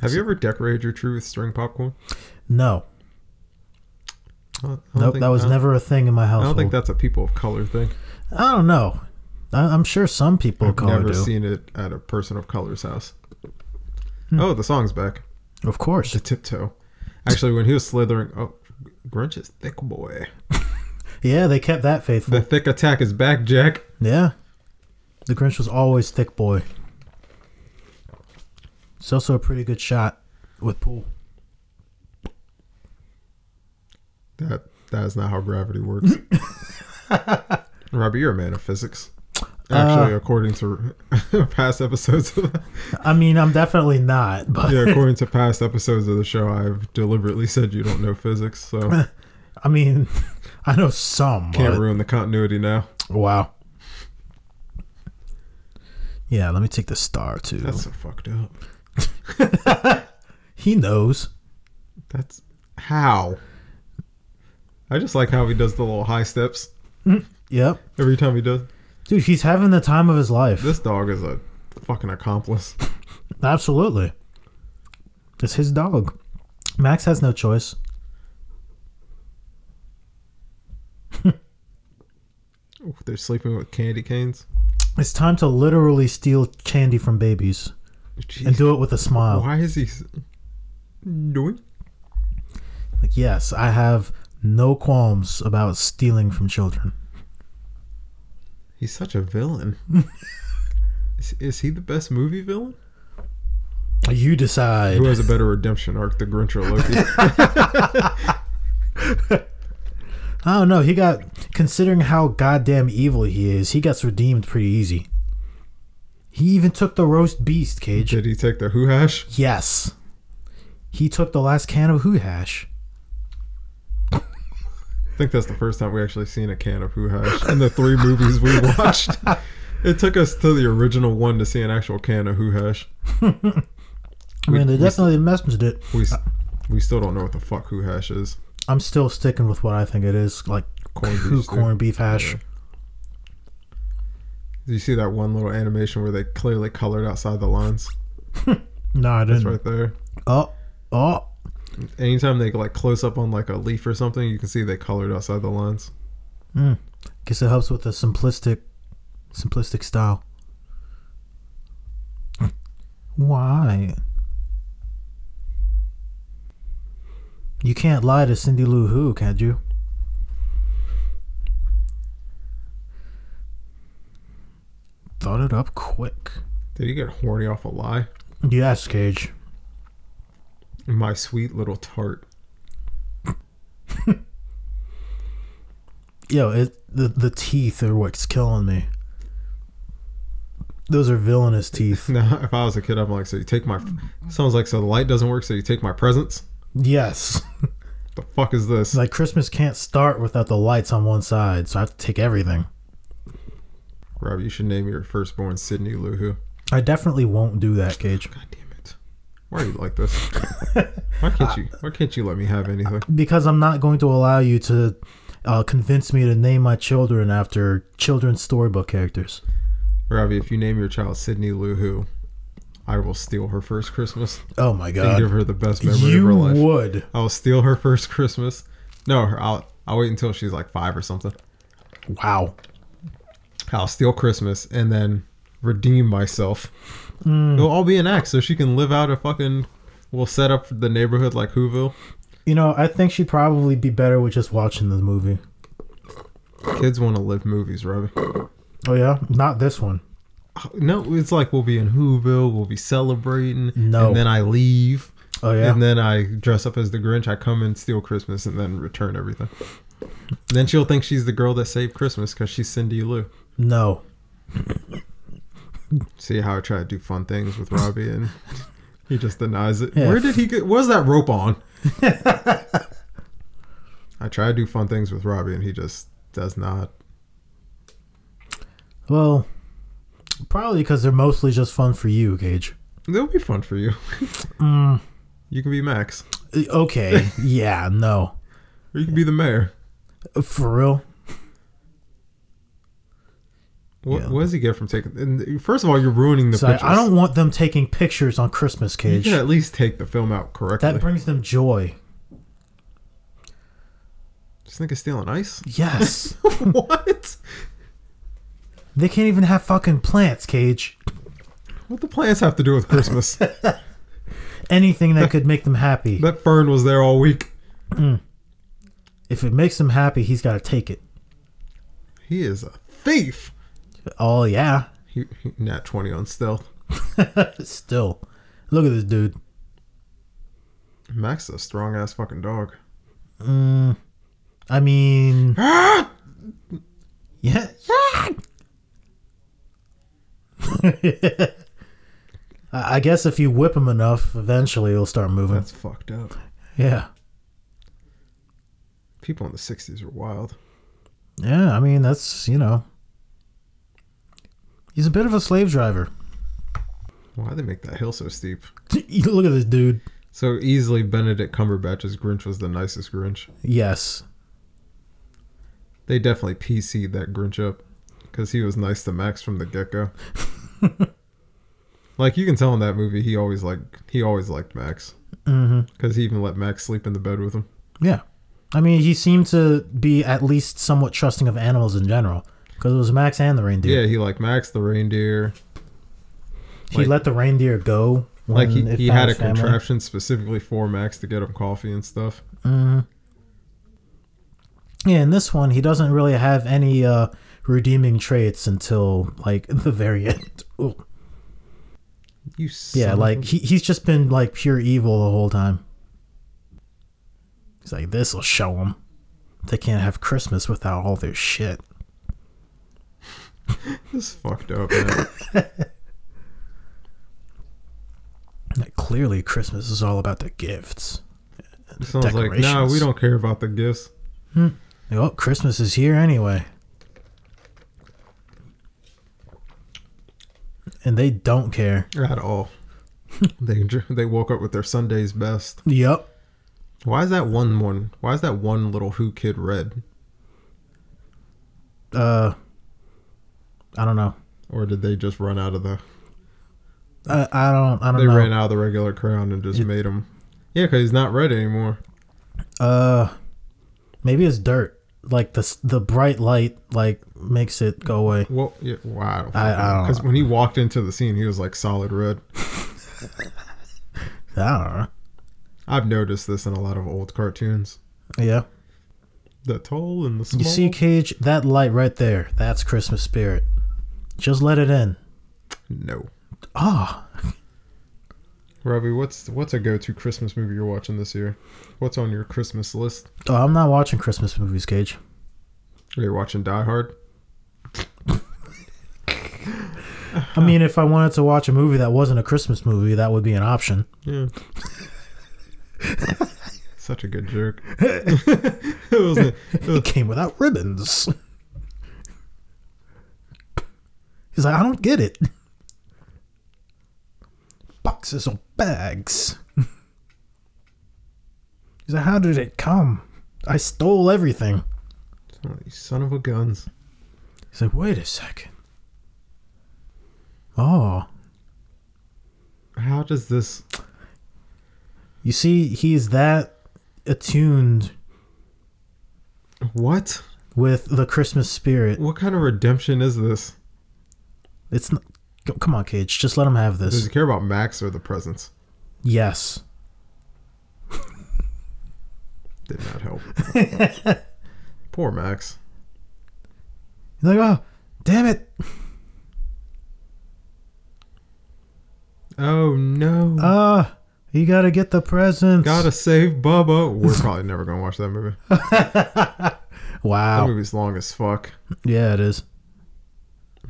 Speaker 3: Have you ever decorated your tree with string popcorn?
Speaker 2: No.
Speaker 3: I don't I don't
Speaker 2: Nope.
Speaker 3: think-
Speaker 2: That was
Speaker 3: I don't-
Speaker 2: never a thing in my
Speaker 3: I
Speaker 2: household.
Speaker 3: don't think that's a people of color thing.
Speaker 2: I don't know. I, I'm sure some people
Speaker 3: I've
Speaker 2: color
Speaker 3: never
Speaker 2: do.
Speaker 3: seen it at a person of color's house.
Speaker 2: Hmm.
Speaker 3: Oh, the song's back.
Speaker 2: of course.
Speaker 3: The *laughs* tiptoe. Actually, when he was slithering, oh, Grinch is thick boy.
Speaker 2: Yeah, they kept that
Speaker 3: The
Speaker 2: faithful.
Speaker 3: thick attack is back, Jack.
Speaker 2: yeah. The Grinch was always thick boy. It's also a pretty good shot with pool.
Speaker 3: That that is not how gravity works. Robbie, you're a man of physics. Actually, according to *laughs* past episodes, of
Speaker 2: I mean, I'm definitely not, but
Speaker 3: yeah, according to past episodes of the show, I've deliberately said you don't know physics, so
Speaker 2: I mean, *laughs* I know some.
Speaker 3: can't
Speaker 2: but-
Speaker 3: ruin the continuity now.
Speaker 2: Wow. Yeah, let me take the star too.
Speaker 3: That's so fucked up.
Speaker 2: he knows.
Speaker 3: That's how. I just like how he does the little high steps
Speaker 2: Yep.
Speaker 3: every time he does.
Speaker 2: Dude, he's having the time of his life.
Speaker 3: This dog is a fucking accomplice.
Speaker 2: Absolutely. It's his dog. Max has no choice.
Speaker 3: Ooh, they're sleeping with candy canes.
Speaker 2: It's time to literally steal candy from babies and
Speaker 3: Jeez.
Speaker 2: do it with a smile.
Speaker 3: Why is he s- doing?
Speaker 2: Like, yes, I have no qualms about stealing from children.
Speaker 3: He's such a villain. is, is he the best movie villain?
Speaker 2: You decide.
Speaker 3: Who has a better redemption arc, the Grinch or Loki?
Speaker 2: I don't know. Oh, He got, considering how goddamn evil he is, he gets redeemed pretty easy. He even took the roast beast, Cage.
Speaker 3: Did he take the who hash?
Speaker 2: Yes. He took the last can of Who Hash.
Speaker 3: I think that's the first time we actually seen a can of who hash in the three movies we watched. It took us to the original one to see an actual can of who hash.
Speaker 2: I mean, they
Speaker 3: we-
Speaker 2: definitely messaged it.
Speaker 3: We s- we still don't know what the fuck who hash is.
Speaker 2: I'm still sticking with what I think it is, like
Speaker 3: Corned
Speaker 2: who
Speaker 3: beef soup.
Speaker 2: corned beef hash.
Speaker 3: Did you see that one little animation where they clearly colored outside the lines?
Speaker 2: No, I didn't.
Speaker 3: It's right there.
Speaker 2: Oh, oh,
Speaker 3: Anytime they like close up on like a leaf or something, you can see they colored outside the lines.
Speaker 2: guess it helps with the simplistic, simplistic style. Why? You can't lie to Cindy Lou Who, can you? Thought it up quick.
Speaker 3: Did he get horny off a lie?
Speaker 2: Yes, Cage.
Speaker 3: My sweet little tart. *laughs*
Speaker 2: Yo, it the the teeth are what's killing me. Those are villainous teeth.
Speaker 3: No, if I was a kid, I'm like, so you take my. Sounds like so the light doesn't work, so you take my presents.
Speaker 2: *laughs* yes.
Speaker 3: The fuck is this?
Speaker 2: Like Christmas can't start without the lights on one side, so I have to take everything.
Speaker 3: Rob, you should name your firstborn Sydney Lou Who.
Speaker 2: I definitely won't do that, Cage.
Speaker 3: God damn it! Why are you
Speaker 2: *laughs*
Speaker 3: like this? why can't you? Why can't you let me have anything?
Speaker 2: Because I'm not going to allow you to uh, convince me to name my children after children's storybook characters.
Speaker 3: Robbie, if you name your child Sydney Lou Who, I will steal her first Christmas
Speaker 2: Oh my
Speaker 3: and give
Speaker 2: god.
Speaker 3: her the best memory of her
Speaker 2: You
Speaker 3: life.
Speaker 2: would.
Speaker 3: I will steal her first Christmas. No, her- I'll I'll wait until she's like five or something.
Speaker 2: Wow.
Speaker 3: I'll steal Christmas and then redeem myself.
Speaker 2: Mm.
Speaker 3: It'll all be an act, so she can live out a fucking. We'll set up the neighborhood like Whoville.
Speaker 2: You know, I think she'd probably be better with just watching the movie.
Speaker 3: Kids want to live movies, Robbie.
Speaker 2: Oh yeah, not this one.
Speaker 3: No, it's like we'll be in Whoville. We'll be celebrating.
Speaker 2: No.
Speaker 3: and then I leave.
Speaker 2: Oh yeah.
Speaker 3: And then I dress up as the Grinch. I come and steal Christmas and then return everything. Then she'll think she's the girl that saved Christmas because she's Cindy Lou.
Speaker 2: no.
Speaker 3: See how I try to do fun things with Robbie and *laughs* he just denies it.
Speaker 2: Yeah.
Speaker 3: Where did he get? Was that rope on? *laughs* I try to do fun things with Robbie and he just does not.
Speaker 2: Well, probably because they're mostly just fun for you, Cage.
Speaker 3: It'll be fun for *laughs* you. Mm. You can be Max
Speaker 2: Uh, Okay. *laughs* yeah. No.
Speaker 3: or you can be the mayor.
Speaker 2: For real.
Speaker 3: What,
Speaker 2: Yeah.
Speaker 3: what does he get from taking? And first of all, you're ruining the
Speaker 2: So
Speaker 3: pictures.
Speaker 2: I, I don't want them taking pictures on Christmas,
Speaker 3: You
Speaker 2: Cage.
Speaker 3: should at least take the film out correctly.
Speaker 2: That brings them joy.
Speaker 3: This nigga stealing ice? *laughs*
Speaker 2: Yes.
Speaker 3: what?
Speaker 2: they can't even have fucking plants, Cage.
Speaker 3: What the plants have to do with *laughs* Christmas?
Speaker 2: Anything that could make them happy.
Speaker 3: that fern was there all week.
Speaker 2: If it makes them happy, he's got to take it.
Speaker 3: He is a thief.
Speaker 2: Oh yeah. *laughs*
Speaker 3: He, he nat twenty on stealth.
Speaker 2: Still, look at this dude.
Speaker 3: Max is a strong ass fucking dog.
Speaker 2: I
Speaker 3: *gasps*
Speaker 2: mean,
Speaker 3: *laughs*
Speaker 2: *laughs* yeah, yeah. I I guess if you whip him enough, eventually he'll start moving.
Speaker 3: That's fucked up.
Speaker 2: yeah,
Speaker 3: People in the '60s were wild.
Speaker 2: yeah. I mean, that's you know, he's a bit of a slave
Speaker 3: *laughs*
Speaker 2: driver.
Speaker 3: Why they make that hill so steep?
Speaker 2: look at this dude.
Speaker 3: So easily, Benedict Cumberbatch's Grinch was the nicest Grinch.
Speaker 2: Yes,
Speaker 3: They definitely PC'd that Grinch up because he was nice to Max from the get
Speaker 2: *laughs*
Speaker 3: go. like you can tell in that movie, he always like he always liked Max
Speaker 2: Mm-hmm.
Speaker 3: because he even let Max sleep in the bed with him.
Speaker 2: yeah. I mean, he seemed to be at least somewhat trusting of animals in general, because it was Max and the reindeer.
Speaker 3: Yeah, he liked Max the reindeer.
Speaker 2: he
Speaker 3: like-
Speaker 2: let the reindeer go. When
Speaker 3: Like he,
Speaker 2: it
Speaker 3: he
Speaker 2: found
Speaker 3: had a
Speaker 2: its family.
Speaker 3: contraption specifically for Max to get him coffee and stuff.
Speaker 2: Yeah, in this one, he doesn't really have any uh, redeeming traits until like *laughs* the very end. Ooh.
Speaker 3: You son
Speaker 2: Yeah,
Speaker 3: of a-
Speaker 2: like he, he's just been like pure evil the whole time. He's like, this will show them they can't have Christmas without all their shit.
Speaker 3: this is fucked up.
Speaker 2: *coughs*
Speaker 3: Man.
Speaker 2: Like, clearly, Christmas is all about the gifts.
Speaker 3: It sounds like no, we
Speaker 2: Decorations.
Speaker 3: don't care about the gifts.
Speaker 2: Like, oh, Christmas is here anyway, and they don't care.
Speaker 3: at all. *laughs* they dr- they woke up with their Sunday's best.
Speaker 2: Yup.
Speaker 3: Why is that one one? Why is that one little Who kid red?
Speaker 2: Uh, I don't know.
Speaker 3: Or did they just run out of the?
Speaker 2: I, I don't. I don't
Speaker 3: They
Speaker 2: know.
Speaker 3: ran out of the regular crown and just made him. Yeah, because he's not red anymore.
Speaker 2: Uh, maybe it's dirt. Like the s- the bright light like makes it go away.
Speaker 3: Well, yeah, wow.
Speaker 2: I- uh, I don't
Speaker 3: Because when he walked into the scene, he was like solid red.
Speaker 2: I don't know.
Speaker 3: I've noticed this in a lot of old cartoons.
Speaker 2: Yeah.
Speaker 3: The tall and the small.
Speaker 2: You see, Cage, that light right there, that's Christmas spirit. Just let it in.
Speaker 3: No.
Speaker 2: Ah,
Speaker 3: Robbie, what's what's a go-to Christmas movie you're watching this year? What's on your Christmas list?
Speaker 2: oh, I'm not watching Christmas movies, Cage.
Speaker 3: Are you watching Die Hard?
Speaker 2: I mean, if I wanted to watch a movie that wasn't a Christmas movie, that would be an option.
Speaker 3: Yeah. Such a
Speaker 2: *laughs*
Speaker 3: good *laughs* jerk. it was a- it was-
Speaker 2: It came without ribbons. *laughs* He's like, I don't get it. *laughs* Boxes or bags. *laughs* He's like, how did it come? I stole everything.
Speaker 3: oh, you son of a guns.
Speaker 2: He's like, wait a second. Oh.
Speaker 3: How does this?
Speaker 2: You see, he's that attuned
Speaker 3: What?
Speaker 2: with the Christmas spirit.
Speaker 3: What kind of redemption is this?
Speaker 2: It's not. c- Come on, Cage. Just let him have
Speaker 3: Does
Speaker 2: this.
Speaker 3: he care about Max or the presents?
Speaker 2: Yes.
Speaker 3: Did not help.
Speaker 2: *laughs*
Speaker 3: Poor Max.
Speaker 2: He's like, oh, damn it.
Speaker 3: Oh no.
Speaker 2: Ah, you gotta get the presents.
Speaker 3: Gotta save Bubba. We're probably never gonna watch that movie. That
Speaker 2: Wow.
Speaker 3: movie's long as fuck.
Speaker 2: Yeah, it is.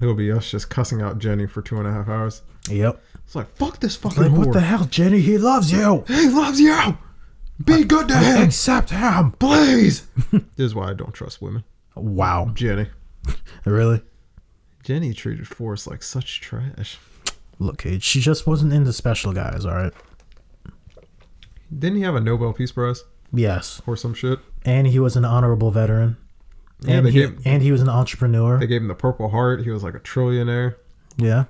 Speaker 3: It'll be us just cussing out Jenny for two and a half hours.
Speaker 2: Yep.
Speaker 3: It's like fuck this fucking
Speaker 2: Like, what
Speaker 3: whore.
Speaker 2: the hell, Jenny? He loves you.
Speaker 3: he loves you. Be good to him,
Speaker 2: Accept him.
Speaker 3: please. *laughs* this is why I don't trust women.
Speaker 2: Wow.
Speaker 3: Jenny.
Speaker 2: Really?
Speaker 3: Jenny treated Forrest like such trash.
Speaker 2: Look, Cage, she just wasn't into special guys, alright?
Speaker 3: Didn't he have a Nobel Peace Prize
Speaker 2: Yes.
Speaker 3: or some shit?
Speaker 2: And he was an honorable veteran.
Speaker 3: Yeah,
Speaker 2: and,
Speaker 3: they
Speaker 2: he,
Speaker 3: gave-
Speaker 2: and he was an entrepreneur.
Speaker 3: They gave him the Purple Heart. He was like a trillionaire.
Speaker 2: yeah.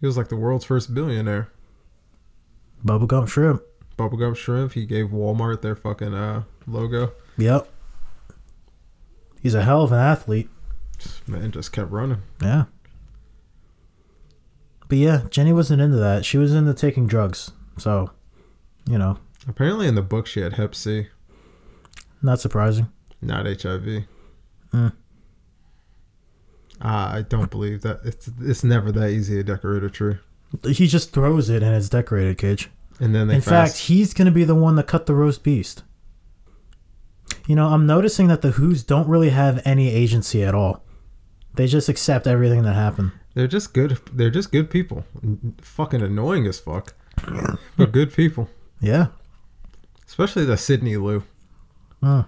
Speaker 3: He was like the world's first billionaire.
Speaker 2: Bubblegum shrimp.
Speaker 3: Bubblegum Shrimp. He gave Walmart their fucking uh, logo.
Speaker 2: Yep. He's a hell of an athlete.
Speaker 3: Man, just kept running.
Speaker 2: Yeah. But yeah, Jenny wasn't into that. She was into taking drugs. So, you know,
Speaker 3: Apparently, in the book, she had Hep C,
Speaker 2: not surprising.
Speaker 3: not HIV.
Speaker 2: Hmm.
Speaker 3: Mm. I don't believe that. It's it's never that easy to decorate a tree.
Speaker 2: He just throws it and it's decorated, Cage.
Speaker 3: And then they
Speaker 2: In
Speaker 3: fast.
Speaker 2: fact, he's going to be the one that cut the roast beast. You know, I'm noticing that the Who's don't really have any agency at all. They just accept everything that happened.
Speaker 3: they're just good. They're just good people. Fucking annoying as fuck, but good people.
Speaker 2: Yeah.
Speaker 3: Especially the Sydney Lou.
Speaker 2: Mm.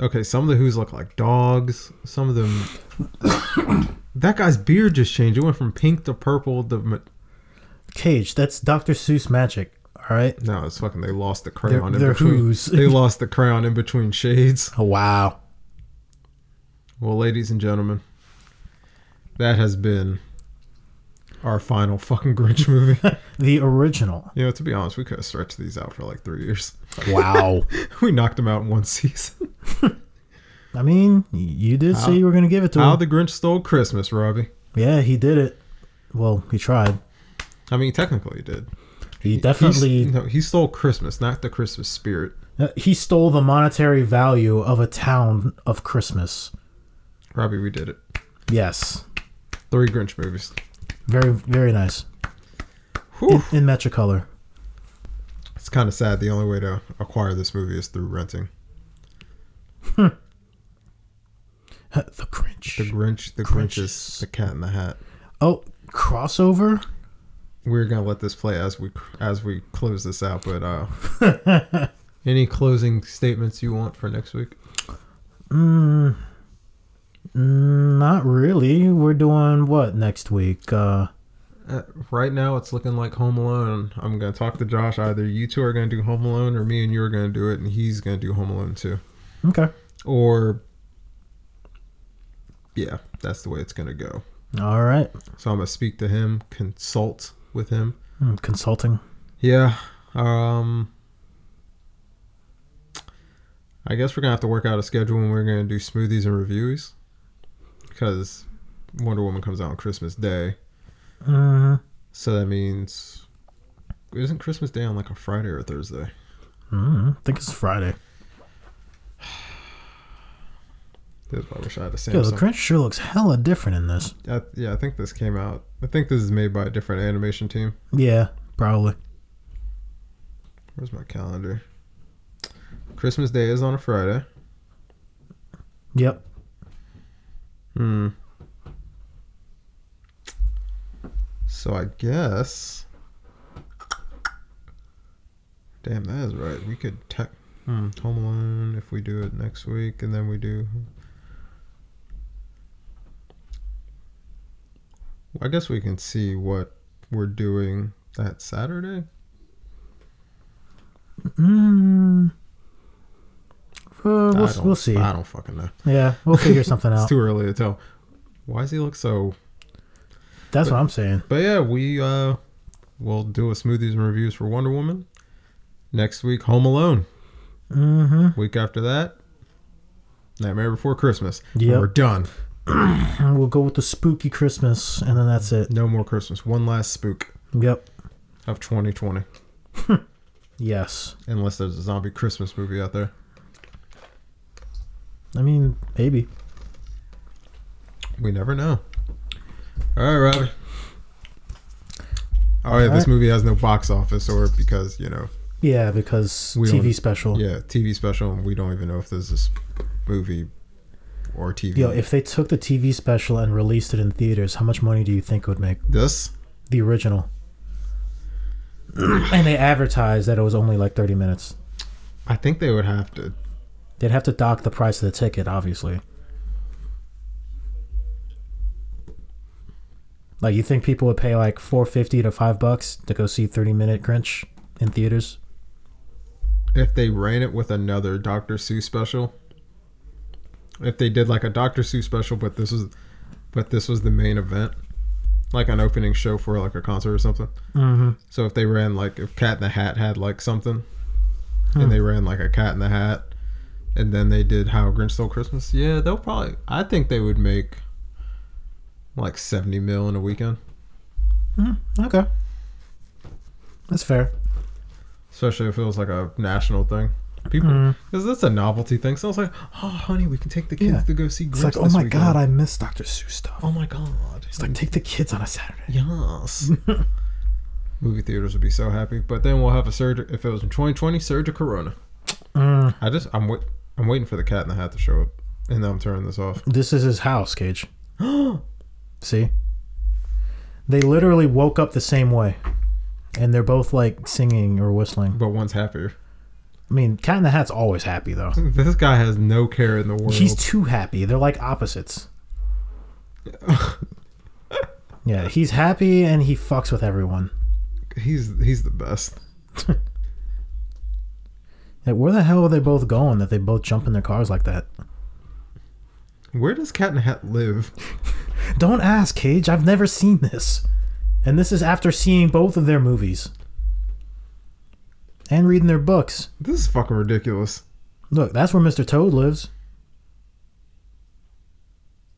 Speaker 3: Okay, some of the Who's look like dogs. Some of them. that guy's beard just changed. It went from pink to purple to. ma-
Speaker 2: Cage, that's Dr. Seuss magic, all right?
Speaker 3: No, it's fucking. They lost the crayon in
Speaker 2: they're
Speaker 3: between.
Speaker 2: Who's.
Speaker 3: They lost the crayon in between shades.
Speaker 2: Oh, wow.
Speaker 3: Well, ladies and gentlemen, that has been our final fucking
Speaker 2: *laughs*
Speaker 3: Grinch movie.
Speaker 2: The original.
Speaker 3: you know, to be honest, we could have stretched these out for like three years.
Speaker 2: Wow.
Speaker 3: *laughs* we knocked them out in one season.
Speaker 2: *laughs* I mean, you did
Speaker 3: How-
Speaker 2: say you were going to give it to
Speaker 3: How
Speaker 2: him.
Speaker 3: the Grinch stole Christmas, Robbie.
Speaker 2: yeah, he did it. Well, he tried.
Speaker 3: I mean, technically, he did.
Speaker 2: He
Speaker 3: He,
Speaker 2: definitely
Speaker 3: no, he stole Christmas, not the Christmas spirit.
Speaker 2: uh, he stole the monetary value of a town of Christmas.
Speaker 3: Robbie, we did it.
Speaker 2: Yes.
Speaker 3: Three Grinch movies.
Speaker 2: Very very nice.
Speaker 3: Whew.
Speaker 2: in Metricolor.
Speaker 3: It's kind of sad. The only way to acquire this movie is through renting.
Speaker 2: the
Speaker 3: The
Speaker 2: Grinch.
Speaker 3: Grinch, the Grinch is
Speaker 2: Grinches.
Speaker 3: the Cat in the Hat.
Speaker 2: Oh, crossover?
Speaker 3: We're gonna let this play as we as we close this out. But uh,
Speaker 2: *laughs*
Speaker 3: any closing statements you want for next week?
Speaker 2: Mm, mm, not really. We're doing what next week? Uh,
Speaker 3: Uh, right now, it's looking like Home Alone. I'm gonna talk to Josh. Either you two are gonna do Home Alone, or me and you are gonna do it, and he's gonna do Home Alone too.
Speaker 2: okay.
Speaker 3: Or yeah, that's the way it's gonna go.
Speaker 2: All right.
Speaker 3: So I'm gonna speak to him, consult with him.
Speaker 2: Mm, consulting.
Speaker 3: Yeah. Um I guess we're gonna have to work out a schedule when we're gonna do smoothies and reviews. Because
Speaker 2: Mm-hmm.
Speaker 3: Wonder Woman comes out on Christmas Day.
Speaker 2: Mm,
Speaker 3: So that means Isn't Christmas Day on like a Friday or Thursday?
Speaker 2: Mm, I think it's Friday.
Speaker 3: That's why I wish I had a
Speaker 2: Yo, the
Speaker 3: Samsung.
Speaker 2: Grinch sure looks hella different in this.
Speaker 3: I, yeah, I think this came out. I think this is made by a different animation team.
Speaker 2: Yeah, probably.
Speaker 3: Where's my calendar? Christmas Day is on a Friday.
Speaker 2: Yep.
Speaker 3: Hmm. So I guess. Damn, that is right. We could tech hmm, Home Alone if we do it next week, and then we do. I guess we can see what we're doing that Saturday.
Speaker 2: Mm. Uh,
Speaker 3: I
Speaker 2: we'll,
Speaker 3: don't-
Speaker 2: we'll see.
Speaker 3: I don't fucking know.
Speaker 2: Yeah, we'll figure
Speaker 3: *laughs*
Speaker 2: something
Speaker 3: It's
Speaker 2: out.
Speaker 3: too early to tell. Why does he look so?
Speaker 2: That's what I'm saying. *clears throat*
Speaker 3: But yeah, we uh, will do a smoothies and reviews for Wonder Woman next week. Home Alone.
Speaker 2: Mm-hmm.
Speaker 3: Week after that, Nightmare Before Christmas. And
Speaker 2: Yep.
Speaker 3: We're done.
Speaker 2: And we'll go with the spooky Christmas, and then that's it.
Speaker 3: No more Christmas. One last spook
Speaker 2: Yep.
Speaker 3: of 2020.
Speaker 2: Yes.
Speaker 3: Unless there's a zombie Christmas movie out there.
Speaker 2: I mean, maybe.
Speaker 3: We never know. All right, Robbie. Oh yeah, this
Speaker 2: Alright.
Speaker 3: movie has no box office, or because you know,
Speaker 2: Yeah, because
Speaker 3: We
Speaker 2: TV
Speaker 3: don't-
Speaker 2: special.
Speaker 3: yeah, TV special, and we don't even know if there's this movie or TV.
Speaker 2: Yo, if they took the TV special and released it in theaters, how much money do you think it would make?
Speaker 3: this
Speaker 2: The original. *clears throat* and they advertised that it was only like 30 minutes.
Speaker 3: I think they would have to.
Speaker 2: They'd have to dock the price of the ticket, obviously. Like you think people would pay like four fifty to five bucks to go see thirty minute Grinch in theaters?
Speaker 3: If they ran it with another Dr. Seuss special, if they did like a Dr. Seuss special, but this was, but this was the main event, like an opening show for like a concert or something.
Speaker 2: Mm-hmm.
Speaker 3: So if they ran like if Cat in the Hat had like something, and they ran like a Cat in the Hat, and then they did How Grinch Stole Christmas, yeah, they'll probably. I think they would make like seventy mil in a weekend,
Speaker 2: Okay, that's fair.
Speaker 3: especially if it was like a national thing. People, because that's a novelty thing. So I was like, oh, honey, we can take the kids
Speaker 2: Yeah.
Speaker 3: to go see Grinch.
Speaker 2: It's like, oh
Speaker 3: this
Speaker 2: my
Speaker 3: weekend."
Speaker 2: god, I miss Dr. Seuss stuff.
Speaker 3: oh my god,
Speaker 2: It's like take the kids on a Saturday.
Speaker 3: Yes. *laughs* Movie theaters would be so happy, but then we'll have a surge. If it was in 2020, surge of Corona. I just I'm wait I'm waiting for the Cat in the Hat to show up, and then I'm turning this off.
Speaker 2: This is his house, *gasps* Cage. See, they literally woke up the same way, and they're both like singing or whistling.
Speaker 3: But one's happier. *laughs*
Speaker 2: I mean, Cat in the Hat's always happy though.
Speaker 3: This guy has no care in the world.
Speaker 2: She's too happy. They're like opposites. yeah, he's happy and he fucks with everyone.
Speaker 3: he's he's the best.
Speaker 2: Like, where the hell are they both going that they both jump in their cars like that?
Speaker 3: Where does Cat in the Hat live?
Speaker 2: Don't ask, Cage. I've never seen this. And this is after seeing both of their movies and reading their books.
Speaker 3: This is fucking ridiculous.
Speaker 2: Look, that's where Mr. Toad lives.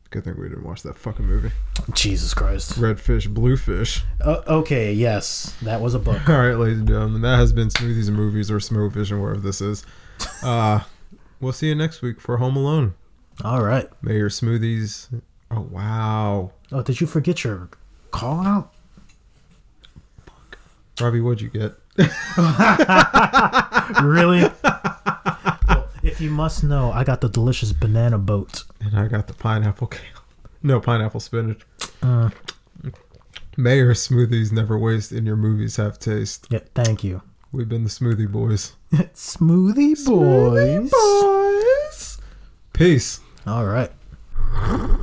Speaker 3: Good thing we didn't watch that fucking movie.
Speaker 2: Jesus Christ.
Speaker 3: Redfish, bluefish. *laughs*
Speaker 2: Uh, okay, yes, that was a book.
Speaker 3: All right, ladies and gentlemen, that has been Smoothies and Movies or Smo Vision, wherever this is. Uh, *laughs* we'll see you next week for Home Alone.
Speaker 2: All right.
Speaker 3: May your smoothies. Oh wow,
Speaker 2: Oh, did you forget your call out?
Speaker 3: Robbie, what'd you get?
Speaker 2: Really? *laughs* Well, if you must know, I got the delicious banana boat.
Speaker 3: And I got the pineapple *laughs* kale. No pineapple spinach. May your smoothies never waste, and your movies have taste.
Speaker 2: Yeah, thank you. *laughs*
Speaker 3: We've been the Smoothie Boys.
Speaker 2: Smoothie boys.
Speaker 3: Boys. Peace.
Speaker 2: All right.